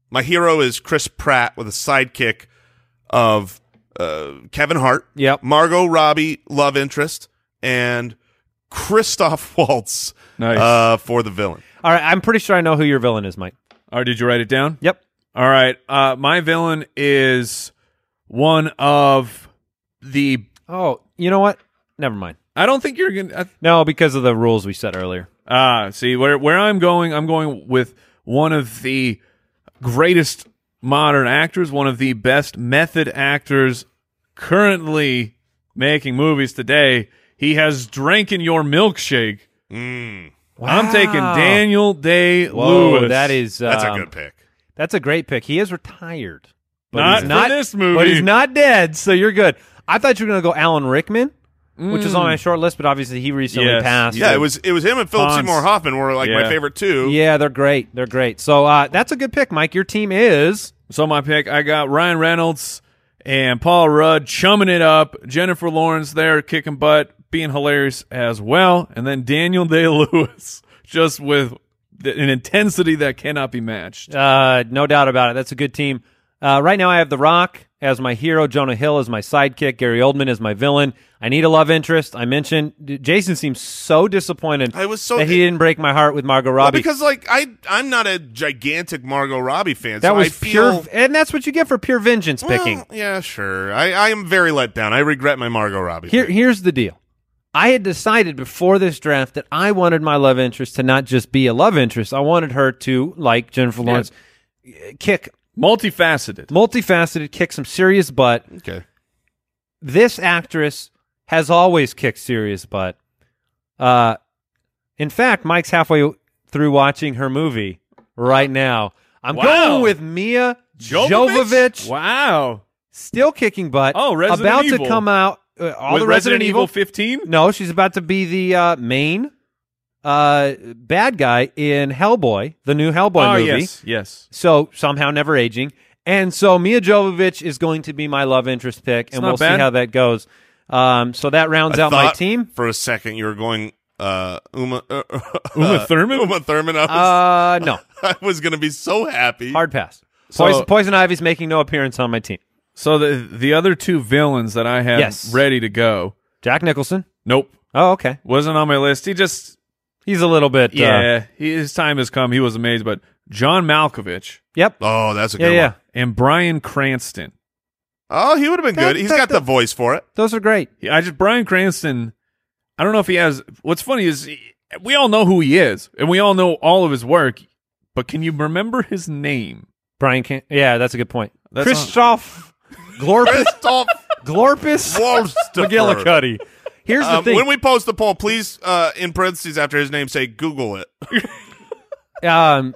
Speaker 5: my hero is chris pratt with a sidekick of uh kevin hart
Speaker 3: Yep.
Speaker 5: margot robbie love interest and christoph waltz
Speaker 4: Nice.
Speaker 5: uh for the villain
Speaker 3: all right. I'm pretty sure I know who your villain is, Mike.
Speaker 4: All right, did you write it down?
Speaker 3: Yep.
Speaker 4: All right. Uh, my villain is one of the.
Speaker 3: Oh, you know what? Never mind.
Speaker 4: I don't think you're gonna.
Speaker 3: No, because of the rules we set earlier.
Speaker 4: Ah, see where where I'm going. I'm going with one of the greatest modern actors, one of the best method actors currently making movies today. He has drank in your milkshake. I'm taking
Speaker 3: Wow.
Speaker 4: Daniel Day
Speaker 3: Whoa,
Speaker 4: Lewis.
Speaker 3: that is um,
Speaker 5: that's a good pick
Speaker 3: That's a great pick. He is retired. But
Speaker 4: Not
Speaker 3: he's
Speaker 4: for
Speaker 3: not
Speaker 4: this movie.
Speaker 3: But he's not dead, so you're good. I thought you were going to go Alan Rickman, which is on my short list, but obviously he recently
Speaker 4: Mm. Yes.
Speaker 3: passed.
Speaker 5: yeah, it was it was him and Philip
Speaker 4: Hans.
Speaker 5: Seymour Hoffman were like my
Speaker 4: Yeah.
Speaker 5: favorite two.
Speaker 3: Yeah, they're great. They're great. So uh, that's a good pick, Mike. Your team is
Speaker 4: So my pick, I got Ryan Reynolds and Paul Rudd chumming it up. Jennifer Lawrence there kicking butt, being hilarious as well, and then Daniel Day Lewis just with th- an intensity that cannot be matched.
Speaker 3: uh, no doubt about it. That's a good team. Uh, right now, I have The Rock as my hero, Jonah Hill as my sidekick, Gary Oldman as my villain. I need a love interest. I mentioned D- Jason seems so disappointed.
Speaker 5: I was so-
Speaker 3: that he didn't break my heart with Margot
Speaker 5: Well,
Speaker 3: Robbie.
Speaker 5: because like I I'm not a gigantic Margot Robbie fan.
Speaker 3: that
Speaker 5: so
Speaker 3: was
Speaker 5: I
Speaker 3: pure,
Speaker 5: feel,
Speaker 3: and that's what you get for pure vengeance
Speaker 5: Well,
Speaker 3: picking.
Speaker 5: yeah, sure. I, I am very let down. I regret my Margot Robbie.
Speaker 3: Here,
Speaker 5: pick.
Speaker 3: here's the deal. I had decided before this draft that I wanted my love interest to not just be a love interest. I wanted her to, like Jennifer Lawrence, kick,
Speaker 4: Multifaceted.
Speaker 3: multifaceted, kick some serious butt.
Speaker 5: Okay.
Speaker 3: This actress has always kicked serious butt. Uh, in fact, Mike's halfway through watching her movie right now. I'm
Speaker 4: Wow.
Speaker 3: going with Mia Jovovich.
Speaker 4: Wow.
Speaker 3: still kicking butt.
Speaker 4: Oh, Resident
Speaker 3: about
Speaker 4: Evil.
Speaker 3: to come out. Uh, all
Speaker 4: With
Speaker 3: the Resident, Evil.
Speaker 4: 15?
Speaker 3: no, she's about to be the uh, main uh, bad guy in Hellboy, the new Hellboy
Speaker 4: oh,
Speaker 3: movie.
Speaker 4: yes. Yes.
Speaker 3: So somehow never aging. And so Mia Jovovich is going to be my love interest pick, and
Speaker 4: not
Speaker 3: we'll see
Speaker 4: bad.
Speaker 3: how that goes. Um, so that rounds out my
Speaker 5: thought
Speaker 3: team.
Speaker 5: For a second, you were going uh, Uma uh,
Speaker 4: Uma Thurman?
Speaker 5: Uma Thurman. I was,
Speaker 3: Uh, no,
Speaker 5: I was going to be so happy.
Speaker 3: hard pass.
Speaker 4: So-
Speaker 3: Poison, Poison Ivy's making no appearance on my team.
Speaker 4: So the the other two villains that I had
Speaker 3: Yes.
Speaker 4: ready to go.
Speaker 3: Jack Nicholson.
Speaker 4: Nope.
Speaker 3: Oh, okay.
Speaker 4: Wasn't on my list. He just
Speaker 3: He's a little bit. Uh,
Speaker 4: yeah, he, his time has come. He was amazed, but John Malkovich
Speaker 3: yep.
Speaker 5: Oh, that's a
Speaker 3: Yeah,
Speaker 5: good
Speaker 3: yeah.
Speaker 5: one.
Speaker 4: and Brian Cranston.
Speaker 5: Oh, he would have been
Speaker 3: That-
Speaker 5: good. He's
Speaker 3: that-
Speaker 5: got the voice for it.
Speaker 3: Those are great.
Speaker 4: He- I just Brian Cranston. I don't know if he has. What's funny is he- we all know who he is, and we all know all of his work. But can you remember his name?
Speaker 3: Brian can Yeah, that's a good point.
Speaker 4: That's
Speaker 3: Christoph Glorpus
Speaker 5: Christoph
Speaker 3: Glorpus.
Speaker 5: Waltz-Dipper.
Speaker 1: McGillicuddy.
Speaker 3: Here's the
Speaker 5: Um,
Speaker 3: thing.
Speaker 5: when we post the poll, please, uh, in parentheses after his name, say Google it.
Speaker 3: um,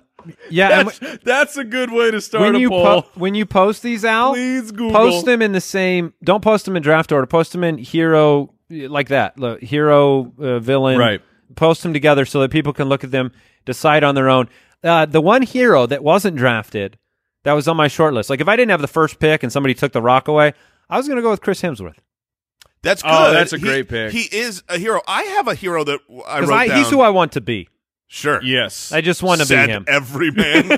Speaker 3: yeah, and
Speaker 4: That's, that's a good way to
Speaker 3: when
Speaker 4: start a
Speaker 3: you
Speaker 4: poll.
Speaker 3: po- when you post these out,
Speaker 4: Please Google.
Speaker 3: post them in the same. Don't post them in draft order. Post them in hero like that. Look, hero uh, villain.
Speaker 4: Right.
Speaker 3: Post them together so that people can look at them, decide on their own. Uh, the one hero that wasn't drafted, that was on my short list. Like if I didn't have the first pick and somebody took the rock away, I was going to go with Chris Hemsworth
Speaker 5: That's good.
Speaker 4: Oh, that's a
Speaker 5: He-
Speaker 4: great pick.
Speaker 5: He is a hero. I have a hero that w- I
Speaker 3: because
Speaker 5: wrote down.
Speaker 3: he's who I want to be.
Speaker 5: sure.
Speaker 4: Yes.
Speaker 3: I just want to be
Speaker 5: said
Speaker 3: him.
Speaker 5: every man.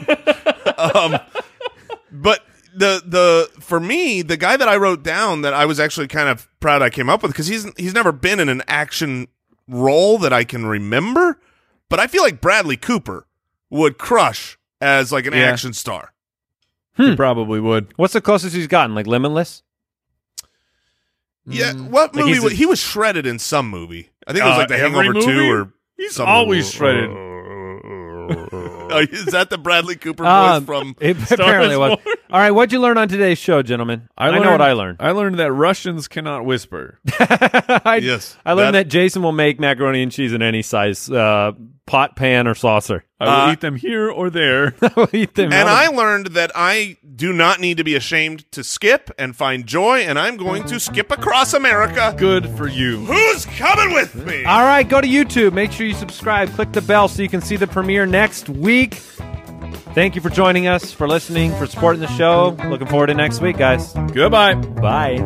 Speaker 5: um, but the the for me, the guy that I wrote down that I was actually kind of proud I came up with because he's he's never been in an action role that I can remember. But I feel like Bradley Cooper would crush as like an
Speaker 4: Yeah.
Speaker 5: action star.
Speaker 4: He probably would.
Speaker 3: What's the closest he's gotten? Like Limitless?
Speaker 5: Yeah, what
Speaker 3: Like
Speaker 5: movie?
Speaker 3: he's
Speaker 5: was,
Speaker 3: a-
Speaker 5: he was shredded in some movie. I think it was
Speaker 4: Uh,
Speaker 5: like The
Speaker 4: every
Speaker 5: Hangover
Speaker 4: movie?
Speaker 5: Two or
Speaker 4: He's
Speaker 5: some
Speaker 4: always
Speaker 5: movie.
Speaker 4: shredded.
Speaker 3: uh,
Speaker 5: Oh, is that the Bradley Cooper voice
Speaker 3: Um,
Speaker 5: from?
Speaker 3: It apparently
Speaker 4: is
Speaker 3: was.
Speaker 4: Born.
Speaker 3: All right, what'd you learn on today's show, gentlemen? know what I learned.
Speaker 4: I learned that Russians cannot whisper.
Speaker 3: I,
Speaker 5: Yes,
Speaker 3: I learned
Speaker 5: that-
Speaker 3: that, Jason will make macaroni and cheese in any size uh, pot, pan, or saucer.
Speaker 4: I will
Speaker 5: Uh,
Speaker 4: eat them here or there.
Speaker 3: I will eat them.
Speaker 5: And
Speaker 3: out
Speaker 5: I
Speaker 3: of-
Speaker 5: learned that I do not need to be ashamed to skip and find joy, and I'm going to skip across America.
Speaker 4: Good for you.
Speaker 5: Who's coming with me?
Speaker 3: All right, go to YouTube. Make sure you subscribe. Click the bell so you can see the premiere next week. Thank you for joining us, for listening, for supporting the show. Looking forward to next week, guys.
Speaker 4: Goodbye.
Speaker 3: Bye.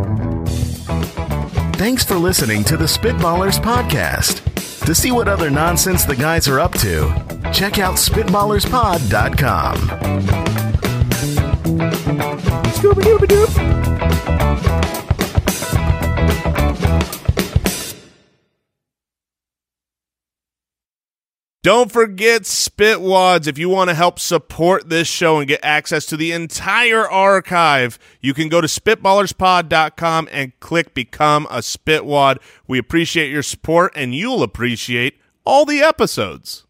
Speaker 2: Thanks for listening to the Spitballers Podcast. To see what other nonsense the guys are up to, check out SpitballersPod.com.
Speaker 5: Don't forget Spitwads. If you want to help support this show and get access to the entire archive, you can go to spitballerspod.com and click Become a Spitwad. We appreciate your support, and you'll appreciate all the episodes.